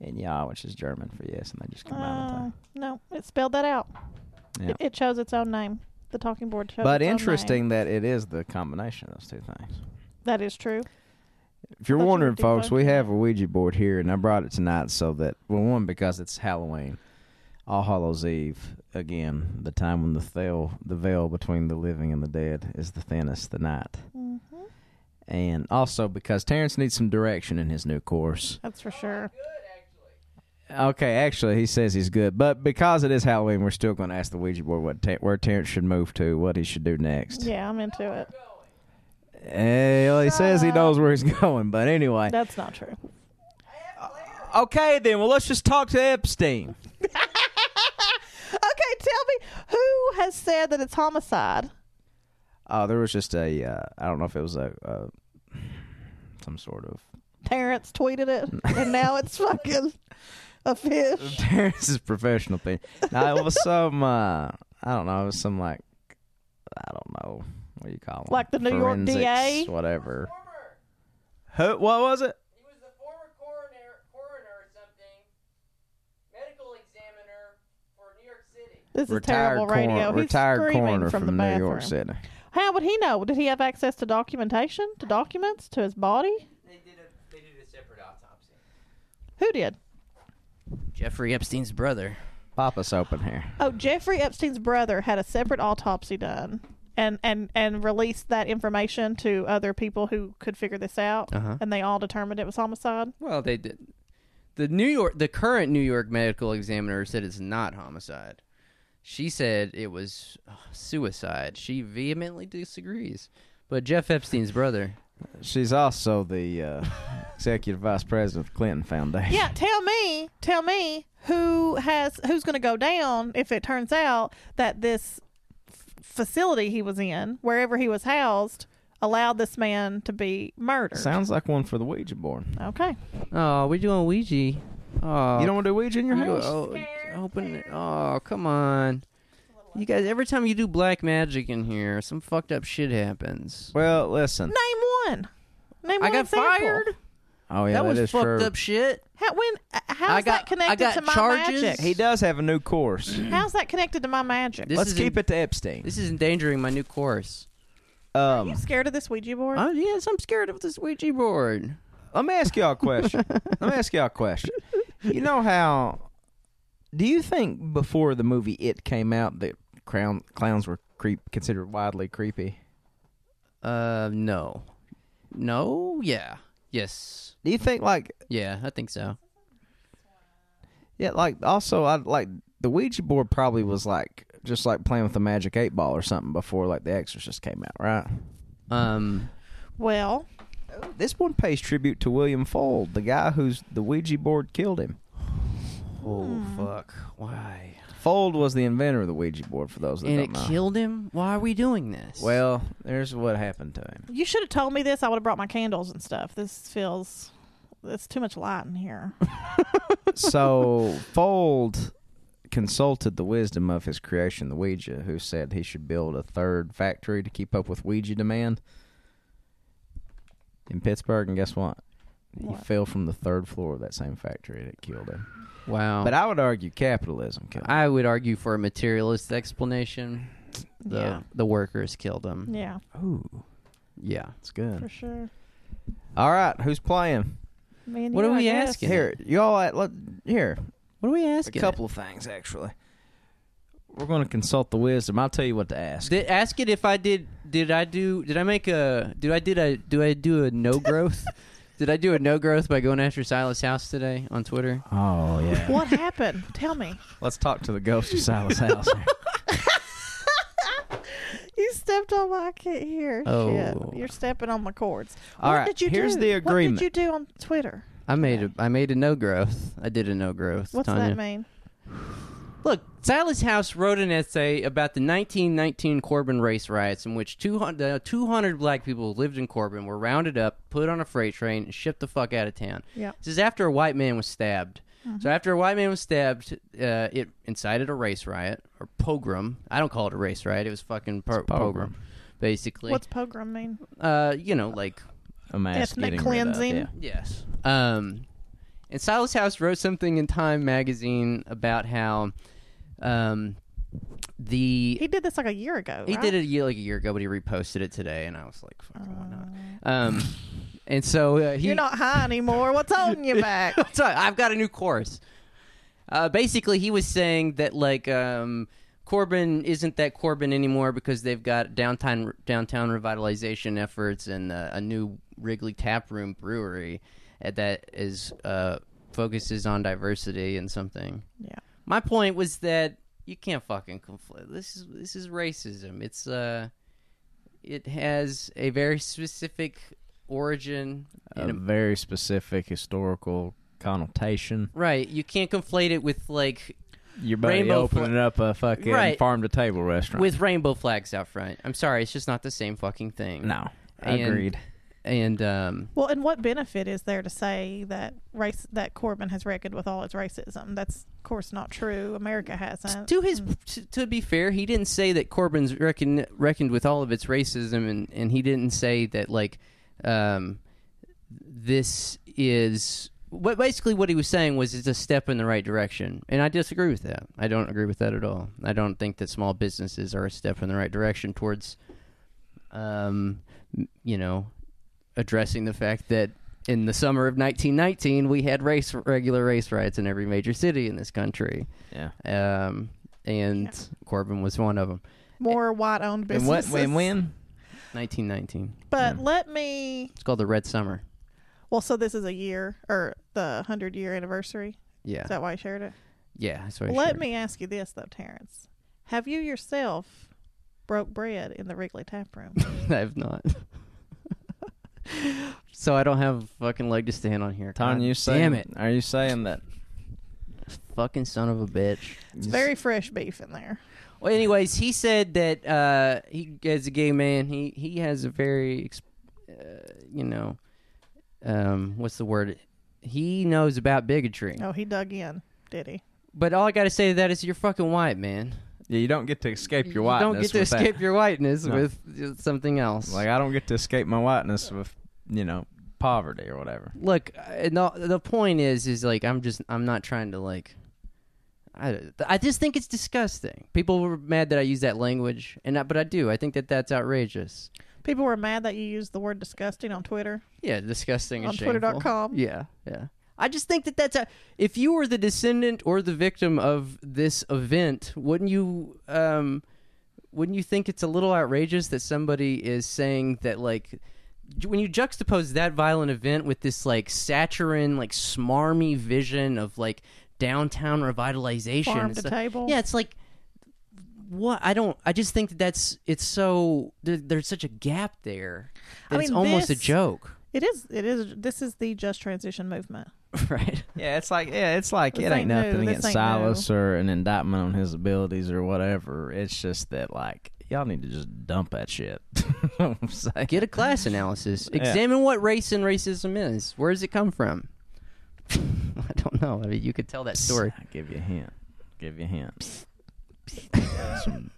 and "ja," which is German for yes, and they just combined the
Uh,
thing.
no, it spelled that out.
Yeah.
It, it chose its own name. The talking board chose.
But
its own name.
interesting that it is the combination of those two things.
That is true.
If you're
Thought you
wondering,
would do
folks,
both.
we have a Ouija board here, and I brought it tonight so that well, one because it's Halloween, All Hallows Eve again, the time when the veil, the veil between the living and the dead, is the thinnest, the night,
hmm
and also because Terrence needs some direction in his new course.
That's for sure.
Okay, actually, he says he's good, but because it is Halloween, we're still going to ask the Ouija board what Ter- where Terrence should move to, what he should do next.
Yeah, I'm into it.
Eh, well, he says he
up.
knows where he's going, but anyway.
That's not true.
Okay, then. Well, let's just talk to Epstein.
Okay, tell me who has said that it's homicide?
Oh, there was just a uh, I don't know if it was a uh, some sort of
Terrence tweeted it, and now it's fucking a fish.
Terrence's professional thing. No, it was some uh, I don't know. It was some like I don't know what do you call it,
Like the New York DA?
whatever. Who? What was it?
He was the former coroner, coroner or something, medical examiner for New York City.
This is
retired
terrible radio.
coroner,
He's
retired
screaming
coroner
from,
from,
the
New
bathroom.
York City.
How would he know? Did he have access to documentation, to documents, to his body?
They did a they did a separate autopsy.
Who did?
Jeffrey Epstein's brother.
Pop us open here.
Oh, Jeffrey Epstein's brother had a separate autopsy done and, and, and released that information to other people who could figure this out,
Uh-huh.
and they all determined it was homicide.
Well, they did. The New York, the current New York medical examiner said it's not homicide. She said it was uh, suicide. She vehemently disagrees. But Jeff Epstein's brother,
She's also the uh, executive vice president of Clinton Foundation.
Yeah, tell me, tell me who has who's going to go down if it turns out that this f- facility he was in, wherever he was housed, allowed this man to be murdered.
Sounds like one for the Ouija board.
okay.
oh, we're doing Ouija. Oh,
You don't want to do Ouija in your
you-
house?
oh, open it. Oh, come on. You guys, every time you do black magic in here, some fucked up shit happens.
Well, listen.
Name one. Name
I
one
got
example.
fired.
Oh yeah,
that was
is
fucked
true.
up shit.
How, when, uh,
I
how's
got-
that connected
I got
to my
charges.
magic?
He does have a new course.
How's that connected to my magic?
This
Let's
is
keep
en-
it to Epstein.
This is endangering my new course.
Are you
Um,
scared of this Ouija board?
Oh yes, I'm scared of this Ouija board.
let me ask y'all a question. let me ask y'all a question. You know how? Do you think before the movie It came out that crown, clowns were creep considered widely creepy?
Uh, no. No? Yeah. Yes.
Do you think like
Yeah, I think so.
yeah like also I like the Ouija board probably was like just like playing with a magic eight ball or something before like The Exorcist came out, right?
Um,
Well,
This one pays tribute to William Fold, the guy who's the Ouija board killed him.
oh, fuck. Why?
Fold was the inventor of the Ouija board. For those that
And
don't
it
know,
killed him? Why are we doing this?
well, there's what happened to him.
you should have told me this. I would have brought my candles and stuff. This feels. It's too much light in here.
so Fold consulted the wisdom of his creation, the Ouija, who said he should build a third factory to keep up with Ouija demand in Pittsburgh. And guess what? He
What?
fell from the third floor of that same factory, and it killed him.
wow.
But I would argue capitalism killed him.
I would argue for a materialist explanation. The,
Yeah.
the workers killed him.
Yeah,
Ooh,
Yeah.
that's
for
good.
sure.
All right, who's playing?
Me and
What
you,
are
I
we
guess.
asking?
Here, y'all. At, let, here,
What are we
a
asking?
couple of things actually. We're going to consult the wisdom. I'll tell you what to ask.
Did, ask it if I did. Did I do? Did I make a? Did I did I do I do a no growth? did I do a no growth by going after Silas House today on Twitter?
Oh yeah.
What happened? Tell me.
Let's talk to the ghost of Silas House.
stepped on my. I can't hear.
Oh.
Shit. You're stepping on my cords.
All
what
right,
did you
here's
do?
the agreement.
What did you do on Twitter?
I made a I made a no growth. I did a no growth.
What's
Tanya.
that mean?
Look, Silas House wrote an essay about the 1919 Corbin race riots in which 200, uh, 200 black people who lived in Corbin were rounded up, put on a freight train, and shipped the fuck out of town.
Yeah.
This is after a white man was stabbed.
Mm-hmm.
So after a white man was stabbed, uh, it incited a race riot or pogrom. I don't call it a race riot. It was fucking pro- pogrom. basically.
What's pogrom mean?
uh, you know, like
A mass
Ethnic
getting rid of,
cleansing.
yeah.
Yes. Um, and Silas House wrote something in Time magazine about how um, the
He did this like a year ago.
he
right?
did it a year, like a year ago, but he reposted it today, and I was like, "Fucking why not?" Um, and so uh, he,
Uh. You're not high anymore. What's holding you back?
so I've got a new course. Uh, basically, he was saying that like um, Corbin isn't that Corbin anymore because they've got downtown downtown revitalization efforts and uh, a new Wrigley Tap Room brewery uh, that is uh, focuses on diversity and something.
yeah.
My point was that you can't fucking conflict. This is this is racism. It's uh, it has a very specific origin
A
Um, and a
very specific historical connotation.
Right, you can't conflate it with like
Your buddy
Rainbow fl-
opening up a fucking
Right.
farm to table restaurant.
with rainbow flags out front. I'm sorry, it's just not the same fucking thing.
no,
And-
agreed.
And um
Well, and what benefit is there to say that race that Corbin has reckoned with all its racism? That's of course not true. America hasn't.
to his to, to be fair, he didn't say that Corbin's reckon, reckoned with all of its racism and and he didn't say that like um this is what basically what he was saying was it's a step in the right direction. And I disagree with that. I don't agree with that at all. I don't think that small businesses are a step in the right direction towards um m- you know addressing the fact that in the summer of 1919 we had race regular race riots in every major city in this country.
Yeah.
Um and Corbin was one of them.
More white-owned
And what?
businesses.
When? When?
1919.
But let me.
It's called the Red Summer.
Well, so this is a year or the hundred year anniversary.
Yeah.
Is that why I shared it?
yeah, that's what I
Let
shared.
me ask you this though, Terrence: Have you yourself broke bread in the Wrigley Tap Room?
I have not. so I don't have a fucking leg to stand on here. God
Tanya, you saying?
damn it,
Are you saying that?
fucking son of a bitch.
it's very fresh beef in there.
Well, anyways, he said that uh, he, as a gay man, he he has a very, ex- uh, you know, um, what's the word? He knows about bigotry.
Oh, he dug in, did he?
But all I gotta say to that is, you're fucking white, man.
Yeah, you don't get to escape your
you
whiteness.
don't get to
with that.
escape your whiteness
No.
with with something else.
Like I don't get to escape my whiteness with you know poverty or whatever.
look uh, no, the point is is like i'm just i'm not trying to like I, I just think it's disgusting people were mad that i use that language and I, but i do i think that that's outrageous
People were mad that you used the word disgusting on Twitter.
yeah disgusting and
On
shameful.
twitter.com.
yeah yeah i just think that that's a if you were the descendant or the victim of this event wouldn't you um wouldn't you think it's a little outrageous that somebody is saying that like ju- when you juxtapose that violent event with this like saturn like smarmy vision of like downtown revitalization
Farm
it's
to
like-
table.
yeah it's like what i don't i just think that that's it's so there, there's such a gap there that
I
it's
mean,
almost a
this-
joke
It is. It is. This is the just transition movement.
right
Yeah, it's like yeah, it's like
This
it ain't
ain't new.
nothing
This
against
ain't
Silas or an indictment on his abilities or whatever. It's just that like y'all need to just dump that shit. I'm saying.
Get a class analysis. Examine what race and racism is. Where does it come from? I don't know. I mean, you could tell that story.
I'll give you a hint. Give you a hint. Some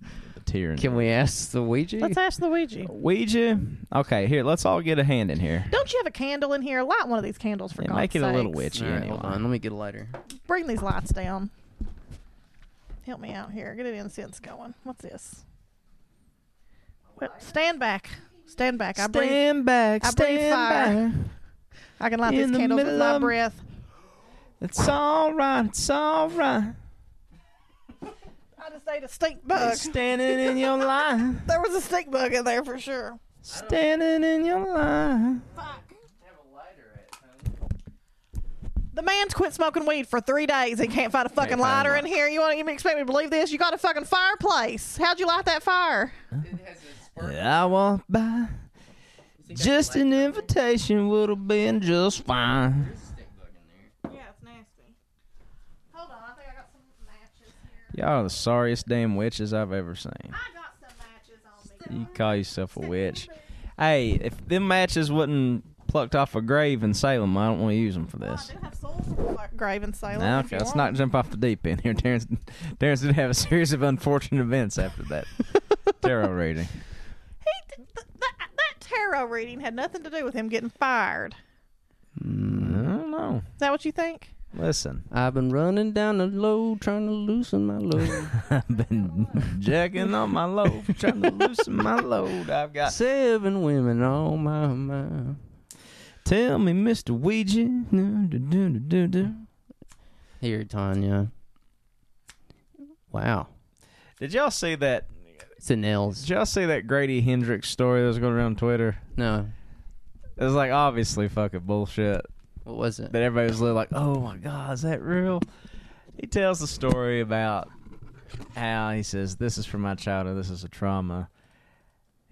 tear in
Can we ask the Ouija?
Let's ask Luigi.
Ouija? Okay, here, let's all get a hand in here.
Don't you have a candle in here? Light one of these candles for
Yeah,
God's
make it a little
sakes.
witchy
All right,
anyway.
hold on. Let me get a lighter.
Bring these lights down. Help me out here. Get an incense going. What's this? Well, stand back. Stand back. I breathe.
Stand back,
I breathe
stand
fire.
back.
I can light
in
these
the
candles with
middle
my
of-
breath.
It's all right, it's all right.
I just ate a stink bug.
Standing in your line,
There was a stink bug in there for sure.
standing in your line.
Fuck. The man's quit smoking weed for three days and can't find a fucking
find
lighter
one.
in here. You want to even expect me to believe this? You got a fucking fireplace. How'd you light that fire?
I walk by. Just an invitation would have been just fine.
Yeah, it's nasty. Hold on, I think I got some matches here.
Y'all are the sorriest damn witches I've ever seen.
I got some matches on
You call yourself a witch. Hey, if them matches wasn't plucked off a grave in Salem, I don't want to use them for
Well,
this.
I do have souls from Cla- Grave and Salem.
Now,
if
okay,
you
let's not
want.
jump off the deep end here. Terrence, Terrence did have a series of unfortunate events after that tarot reading.
He, th- th- that, that tarot reading had nothing to do with him getting fired.
I don't know.
Is that what you think?
Listen,
I've been running down the low, trying to loosen my load.
I've been jacking on my load, trying to loosen my load. I've got
Seven women on my mind.
Tell me, Mr. Ouija. do, do, do, do, do.
Here, Tanya. Wow.
Did y'all see that?
It's the nails.
Did y'all see that Grady Hendrix story that was going around Twitter?
No.
It was like obviously fucking bullshit.
What was it?
That everybody was like, "Oh my god, is that real?" He tells the story about how he says, "This is from my childhood. This is a trauma."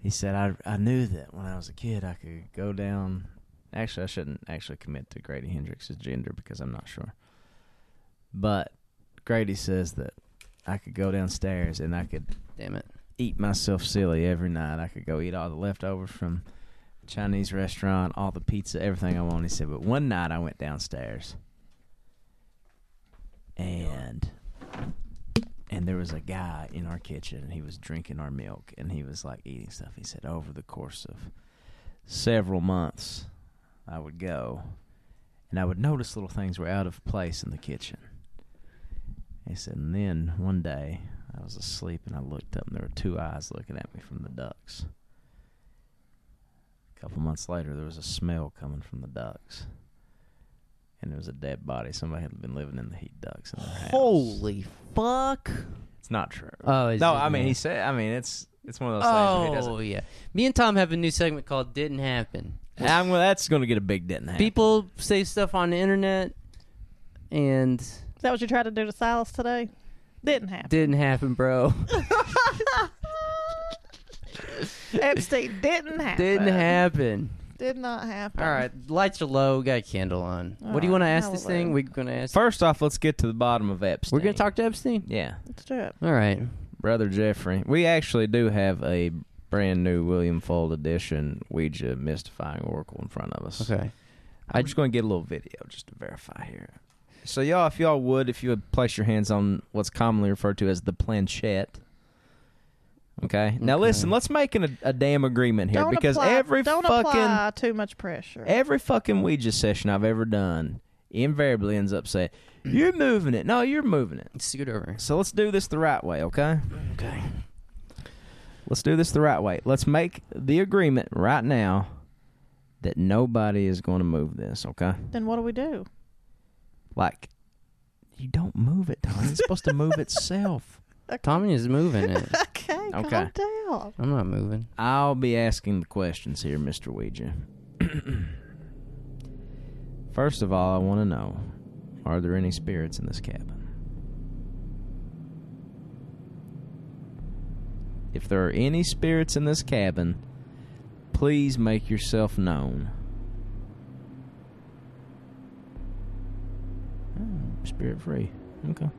He said, "I I knew that when I was a kid, I could go down." Actually, I shouldn't actually commit to Grady Hendrix's gender because I'm not sure. But Grady says that I could go downstairs and I could
Damn it.
eat myself silly every night. I could go eat all the leftovers from Chinese restaurant, all the pizza, everything I wanted. He said, but one night I went downstairs, and and there was a guy in our kitchen, and he was drinking our milk, and he was like eating stuff. He said, over the course of several months, I would go, and I would notice little things were out of place in the kitchen. He said, and then one day I was asleep and I looked up and there were two eyes looking at me from the ducks. A couple months later, there was a smell coming from the ducks. And there was a dead body. Somebody had been living in the heat ducks in their house.
Holy fuck.
It's not true.
Oh, is
no,
it-
I mean,
yeah.
he said, I mean, it's it's one of those things where he
Oh,
doesn't.
yeah. Me and Tom have a new segment called Didn't Happen.
Oh. I'm, well, that's going to get a big didn't happen.
People say stuff on the internet and
Is that what you tried to do to Silas today? Didn't happen.
didn't happen, bro.
Epstein didn't happen.
didn't happen.
Did not happen.
All right, lights are low. Got a candle on. what do you
All
want to
right,
ask this thing?
hallelujah.
We're gonna ask.
First off, let's get to the bottom of Epstein.
We're gonna talk to Epstein.
Yeah.
Let's do it.
All right.
Brother Jeffrey. We actually do have a brand new William Fold edition Ouija Mystifying Oracle in front of us.
Okay.
I'm just going to get a little video just to verify here. So, y'all, if y'all would, if you would place your hands on what's commonly referred to as the planchette. Okay. Now,
Okay.
listen, let's make an, a damn agreement here
don't
because
apply,
every
don't
fucking.
apply too much pressure.
Every fucking Ouija session I've ever done invariably ends up saying, You're moving it. No, you're moving it.
Scoot over.
So let's do this the right way, okay?
Okay.
Let's do this the right way. Let's make the agreement right now that nobody is going to move this, okay?
then what do we do?
Like, you don't move it, Tony. It's supposed to move itself.
Tommy is moving it.
Okay,
Okay.
calm down.
I'm not moving.
I'll be asking the questions here, Mr. Ouija. First of all, I want to know are there any spirits in this cabin? If there are any spirits in this cabin, please make yourself known. Hmm, Spirit free. Okay.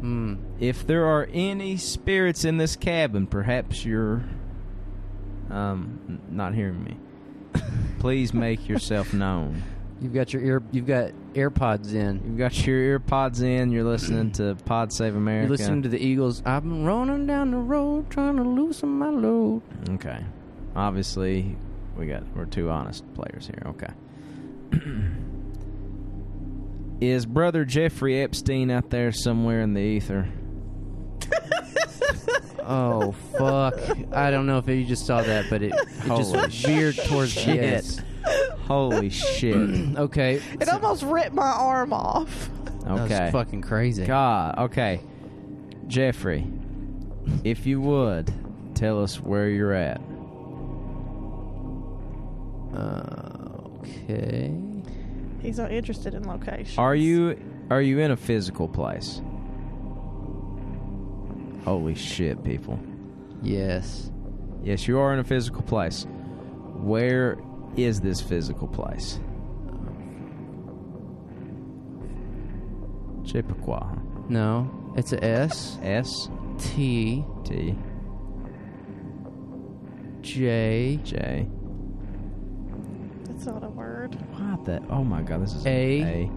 Hmm.
If there are any spirits in this cabin, perhaps you're um n- not hearing me. Please make yourself known.
You've got your ear. You've got AirPods in.
You've got your ear pods in. You're listening to Pod Save America.
You're listening to the Eagles. I've been running down the road trying to loosen my load.
okay. Obviously, we got we're two honest players here. Okay. Is brother Jeffrey Epstein out there somewhere in the ether?
Oh fuck! I don't know if you just saw that, but it, it
Holy
just veered towards the
shit.
yes.
Holy shit.
Okay.
It almost ripped my arm off.
Okay.
That was fucking crazy.
God, okay. Jeffrey, if you would, tell us where you're at.
Uh, okay.
He's not interested in location.
Are you are you in a physical place? Holy shit, people.
Yes.
Yes, you are in a physical place. Where is this physical place? Chippewa.
No. It's a S
S
T
T
J
J.
That's not a word.
What the? Oh my god, this is
A.
A.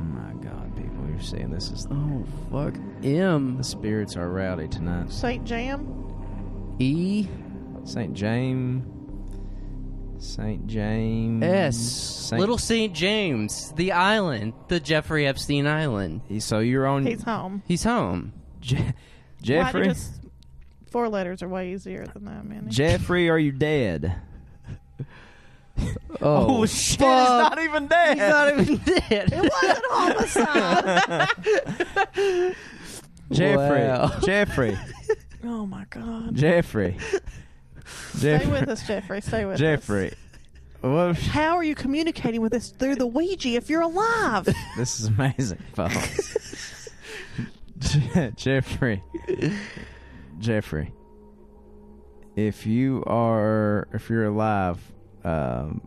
Oh my god, people, you're seeing this is
Oh fuck. M
the spirits are rowdy tonight.
Saint Jam.
E
Saint James. Saint James.
S
Saint-
Little Saint James, the island, the Jeffrey Epstein Island.
So you're on
He's home.
He's home.
Je-
Why
Jeffrey.
Just, four letters are way easier than that many.
Jeffrey, are you dead?
Oh,
shit!
fuck.
even dead.
He's not even dead.
Wasn't homicide.
Jeffrey,
Wow.
Jeffrey,
oh my god.
Jeffrey,
Stay with us, Jeffrey. Stay with us.
Jeffrey. What? if-
How are you communicating with us through the Ouija if you're alive?
This is amazing, folks. Je- Jeffrey, Jeffrey, if you are, if you're alive, um,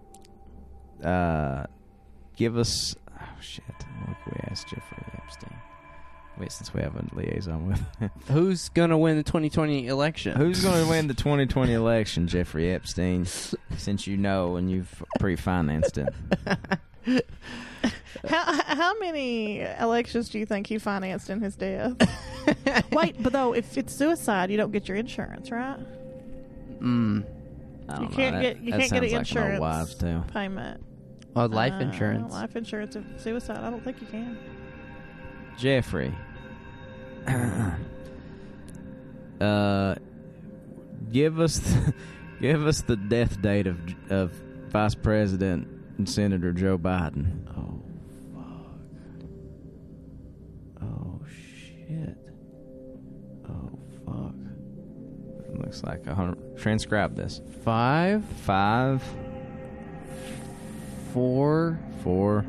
uh, give us. Oh shit! Look, we asked Jeffrey Epstein. Wait, since we have a liaison with him.
Who's gonna win the 2020 election?
Who's going to win the 2020 election, Jeffrey Epstein? Since you know and you've pre-financed it,
how, how many elections do you think he financed in his death? Wait, but though, if it's suicide, you don't get your insurance, right?
Mm.
I don't
You
know,
can't
that-
get- you
that sounds
can't get
like my
insurance.
wives too.
Payment.
Oh, life
Uh,
insurance.
Life insurance of suicide. I don't think you can.
Jeffrey. uh, give us, give us the death date of of Vice President and Senator Joe Biden.
Oh fuck. Oh shit. Oh fuck.
Looks like a hundred. Transcribe this.
Five,
Five,
four,
four,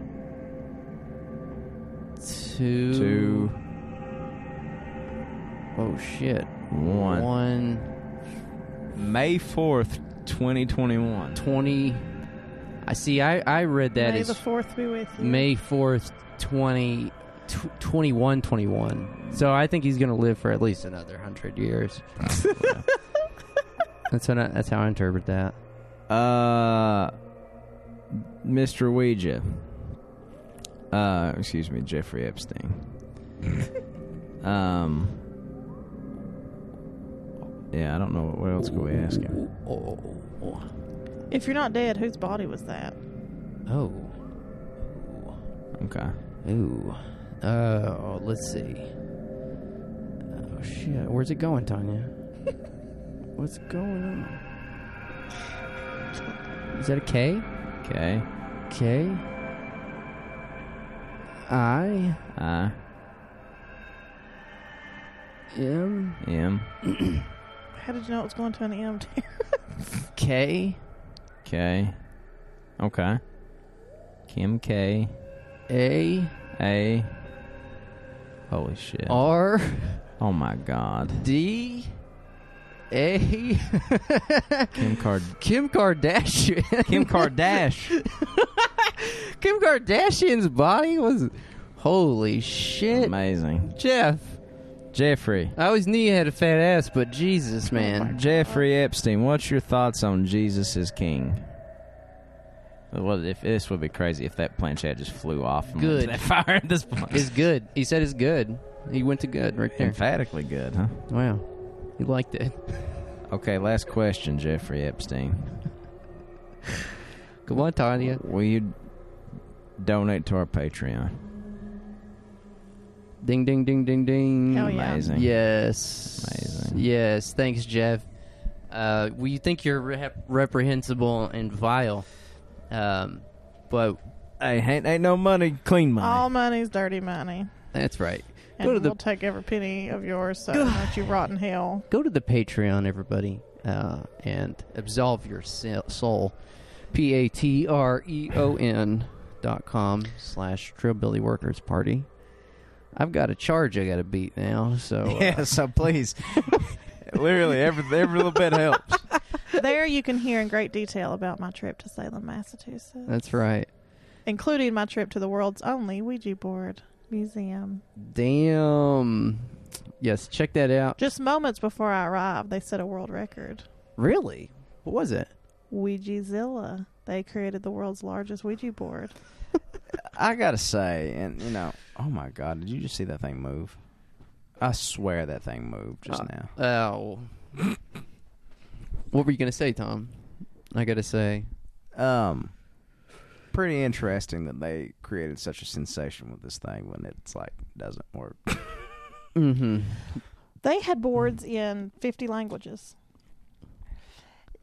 two.
two,
Oh shit.
one.
One
May fourth, twenty twenty one.
twenty. I see. I I read that
May
as
the fourth be with you.
May fourth, twenty. tw- 21 21 so i think he's gonna live for at least another hundred years that's how I, that's how i interpret that
Uh, Mr. Ouija. Uh, excuse me, Jeffrey Epstein. um. Yeah, I don't know what else could we ask him.
oh
If you're not dead, whose body was that?
oh
Okay.
Ooh. Oh, let's see. Oh shit. Where's it going, Tanya? What's going on? Is that a K?
Okay.
K? I
I
M
M
How did you know it was going to an E M?
K
K. Okay. Kim K
A
A. Holy shit! Oh,
R
my God!
D A
Kim Card.
Kim Kardashian.
Kim Kardashian.
Kim Kardashian's body was holy
Oh,
shit.
Amazing.
Jeff,
Jeffrey.
I always knew you had a fat ass, but Jesus, man.
Jeffrey Epstein, what's your thoughts on Jesus is King? Well, if this would be crazy if that planchette just flew off and
Good.
went to that fire at this point.
Is good. He said it's good. He went to good right there.
emphatically good, huh?
Wow. He liked it.
Okay, last question, Jeffrey Epstein.
Come on, Tanya.
Will you donate to our Patreon?
Ding, ding, ding, ding, ding.
Hell Oh, yeah.
Amazing.
Yes.
Amazing.
Yes. Thanks, Jeff. Uh, we think you're rep- reprehensible and vile, um, but
Hey, ain't, ain't no money, clean money.
All money's dirty money.
that's right.
And
Go to the
we'll take every penny of yours, so don't you rotten hell.
go to the Patreon, everybody, uh, and absolve your se- soul. P A T R E O N dot com slash Trillbilly Workers Party. I've got a charge I got to beat now. So uh,
Yeah, so please. Literally, every, every little bit helps.
there you can hear in great detail about my trip to Salem, Massachusetts,
that's right.
including my trip to the world's only Ouija board museum.
Damn. Yes, check that out.
Just moments before I arrived, they set a world record.
Really? What was it?
Ouija Zilla. They created the world's largest Ouija board.
I gotta say, and you know, oh my god, did you just see that thing move? I swear that thing moved just
Uh,
now.
Oh. what were you gonna say, Tom? I gotta say.
Um, pretty interesting that they created such a sensation with this thing when it's like doesn't work. Uh,
Mm-hmm.
They had boards in 50 languages.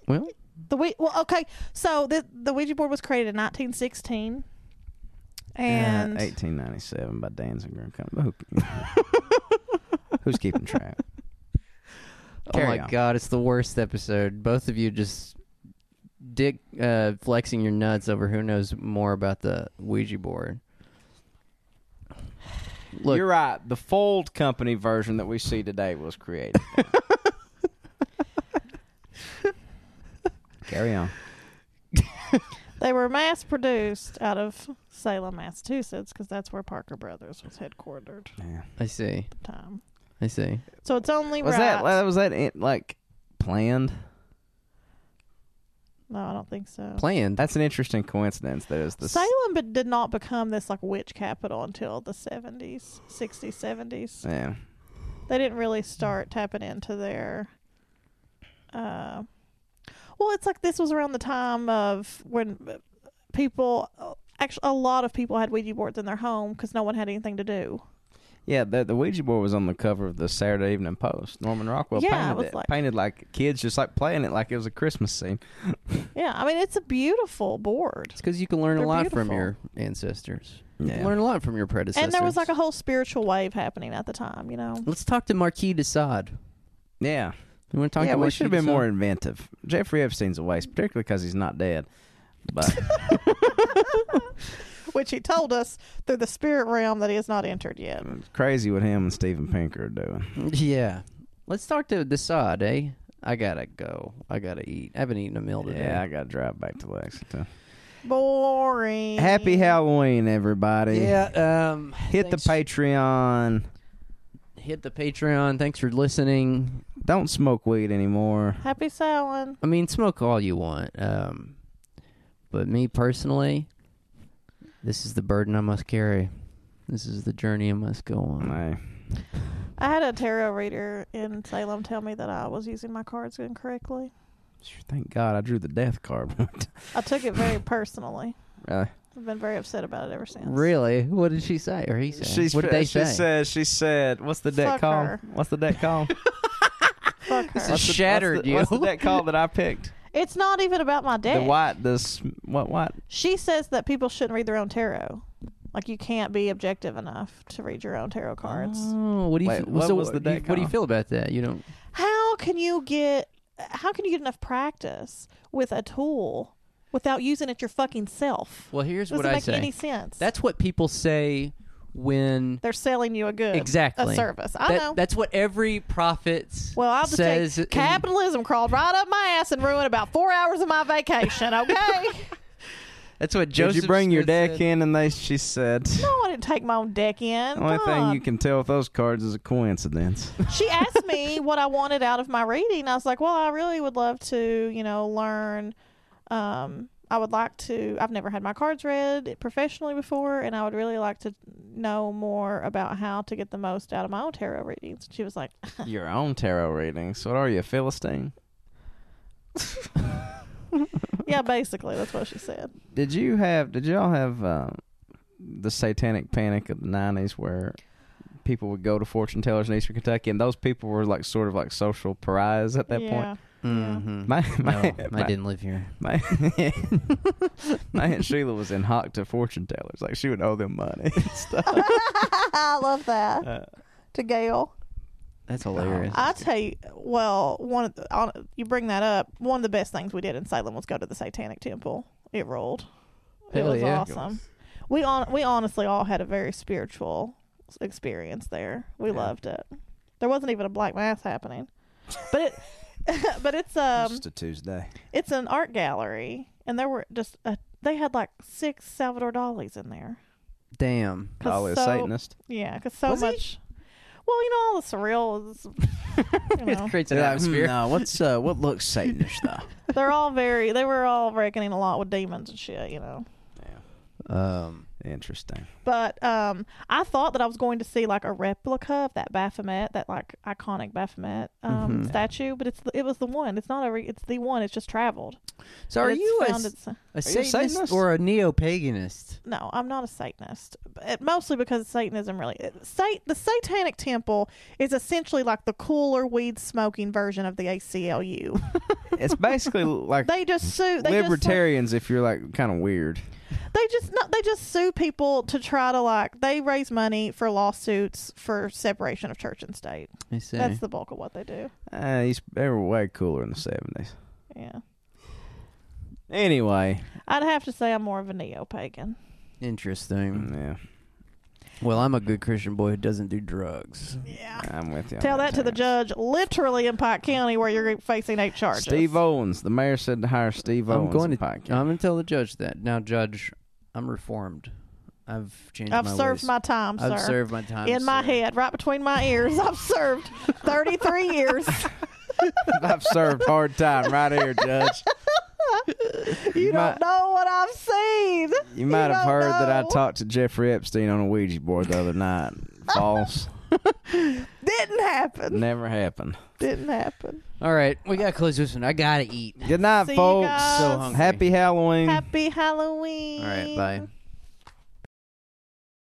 Well,
The Ouija, well, okay. So the the Ouija board was created in 1916,
Uh,
and
1897 by Danziger and Company. Who- Who's keeping track?
oh
Carry
my
on.
god, it's the worst episode. Both of you just dick uh, flexing your nuts over who knows more about the Ouija board. Look,
You're right. The Fold Company version that we see today was created. Carry on.
they were mass produced out of Salem, Massachusetts, because that's where Parker Brothers was headquartered at
Yeah.
I see.
the time.
I see.
So it's only
Was
right.
that was that it, like planned?
no, I don't think so.
Planned.
That's an interesting coincidence. That is the s-
Salem but did not become this like witch capital until the 70s, 60s, 70s.
yeah.
They didn't really start tapping into their. Uh, well, it's like this was around the time of when uh, people, actually, a lot of people had Ouija boards in their home because no one had anything to do.
Yeah, the, the Ouija board was on the cover of the Saturday Evening Post. Norman Rockwell
Yeah, it
painted
was
it,
like-
painted like kids just like playing it like it was a Christmas scene.
Yeah, I mean, it's a beautiful board.
It's because you can learn a
They're
lot from
beautiful.
your ancestors. You
Yeah.
can learn a lot from your predecessors.
And there was like a whole spiritual wave happening at the time, you know?
Let's talk to Marquis de Sade.
Yeah,
You want to talk
yeah.
to
We
Marquis
should have
de
been
Sade?
more inventive. Jeffrey Epstein's a waste, particularly because he's not dead. But
Which he told us through the spirit realm that he has not entered yet.
it's crazy what him and Steven Pinker are doing.
Yeah. Let's talk to Desaad, eh? I gotta go. I gotta eat. I haven't eaten a meal today.
eh?
Yeah, I got to drive back to Lexington.
Boring.
Happy Halloween, everybody!
Yeah, um,
hit
thanks-
the Patreon.
hit the Patreon. Thanks for listening.
Don't smoke weed anymore.
Happy Samhain.
I mean, smoke all you want. Um, but me personally, this is the burden I must carry. This is the journey I must go on.
Hey,
I had a tarot reader in Salem tell me that I was using my cards incorrectly.
sure, thank God I drew the death card. one time.
I took it very personally.
really?
I've been very upset about it ever since.
Really? What did she say? Or he say?
She's,
what did they
she
say?
said. She said. What's the deck
Fuck
call?
her.
What's the deck call?
Fuck her.
This is shattered
what's the,
you.
What's the deck call that I picked?
It's not even about my
The
deck.
white. The sm- what? What?
She says that people shouldn't read their own tarot. Like you can't be objective enough to read your own tarot cards.
Oh, what do you?
Wait,
feel,
what
so
was the
do you-
deck
What do you
on?
feel about that? You don't.
How can you get how can you get enough practice with a tool without using it your fucking self?
Well, here's
Doesn't
what I
make
say.
any sense.
That's what people say when
they're selling you a good
exactly
a service. I
That-
know.
That's what every prophet s-
Well, I'll just
says.
say capitalism crawled right up my ass and ruined about four hours of my vacation. Okay.
that's what Joseph.
Did you bring your
Smith
deck
said.
in? And they. She said.
no, I didn't take my own deck in.
The only thing
God.
you can tell with those cards is a coincidence.
she asked me what I wanted out of my reading. I was like, well, I really would love to, you know, learn. Um, I would like to. I've never had my cards read professionally before, and I would really like to know more about how to get the most out of my own tarot readings. She was like,
your own tarot readings. What are you, a Philistine?
yeah, basically, that's what she said.
Did you have? Did y'all have uh, the satanic panic of the nineties, where people would go to fortune tellers in Eastern Kentucky, and those people were like sort of like social pariahs at that
yeah.
point?
Mhm.
My
No,
my,
I
my,
didn't live here.
my, my aunt Sheila was in hock to fortune tellers. Like she would owe them money. and stuff.
I love that.
Uh,
to Gail.
That's hilarious.
I tell you, well, one of the, on, you bring that up. One of the best things we did in Salem was go to the Satanic Temple. It rolled.
Hell
it was
yeah.
awesome. We on we honestly all had a very spiritual experience there. We loved it. There wasn't even a black mass happening, but it, but it's um,
just a Tuesday.
it's an art gallery, and there were just a, they had like six Salvador Dali's in there.
Damn.
'Cause
Probably a
uh, so-
Satanist.
Yeah, because so
Was he?
much. Well, you know all the surreal. is- You know.
it creates an
They're like,
atmosphere.
"Hmm, no, what's uh, what looks Satanish though?
They're all very. They were all reckoning a lot with demons and shit. You know.
Um,
Interesting.
But um, I thought that I was going to see like a replica of that Baphomet, that like iconic Baphomet um,
Mm-hmm.
statue. But it's the, it was the one. It's not a. Re- it's the one. It's just traveled.
so are
It's
you a,
found
s-
it's-
a Satanist,
Satanist?
or a neo-paganist?
no, I'm not a Satanist. But mostly because Satanism really. It, Sat, the Satanic Temple is essentially like the cooler weed smoking version of the ACLU.
It's basically like
they just sue. They Just, like,
libertarians if you're like kind of weird.
they just no, they just sue people to try to like they raise money for lawsuits for separation of church and state.
I see.
That's the bulk of what they do.
Uh, he's they were way cooler in the seventies.
Yeah,
Anyway,
I'd have to say I'm more of a neo pagan.
Interesting.
yeah,
Well, I'm a good Christian boy who doesn't do drugs.
Yeah.
I'm with you. on
Tell that to the judge, literally in Pike County, where you're facing eight charges.
Steve Owens. The mayor said to hire Steve
I'm
Owens.
going
in
to-
Pike County.
I'm gonna tell the judge that now, Judge. I'm reformed. I've changed.
I've
my
served
ways.
my time,
I've
sir.
served my time
in my
sir.
head, right between my ears, I've served 33 years.
I've served hard time right here, Judge.
You
might-
don't know what I've seen.
You might have
don't
heard that I
know.
talked to Jeffrey Epstein on a Ouija board the other night. False.
Didn't happen.
Never happened.
Mm.
Didn't happen.
All right, we gotta close this one. I gotta eat.
Good night,
See you
folks.
guys. So
hungry.
Happy Halloween.
Happy Halloween.
Mm. All right, bye.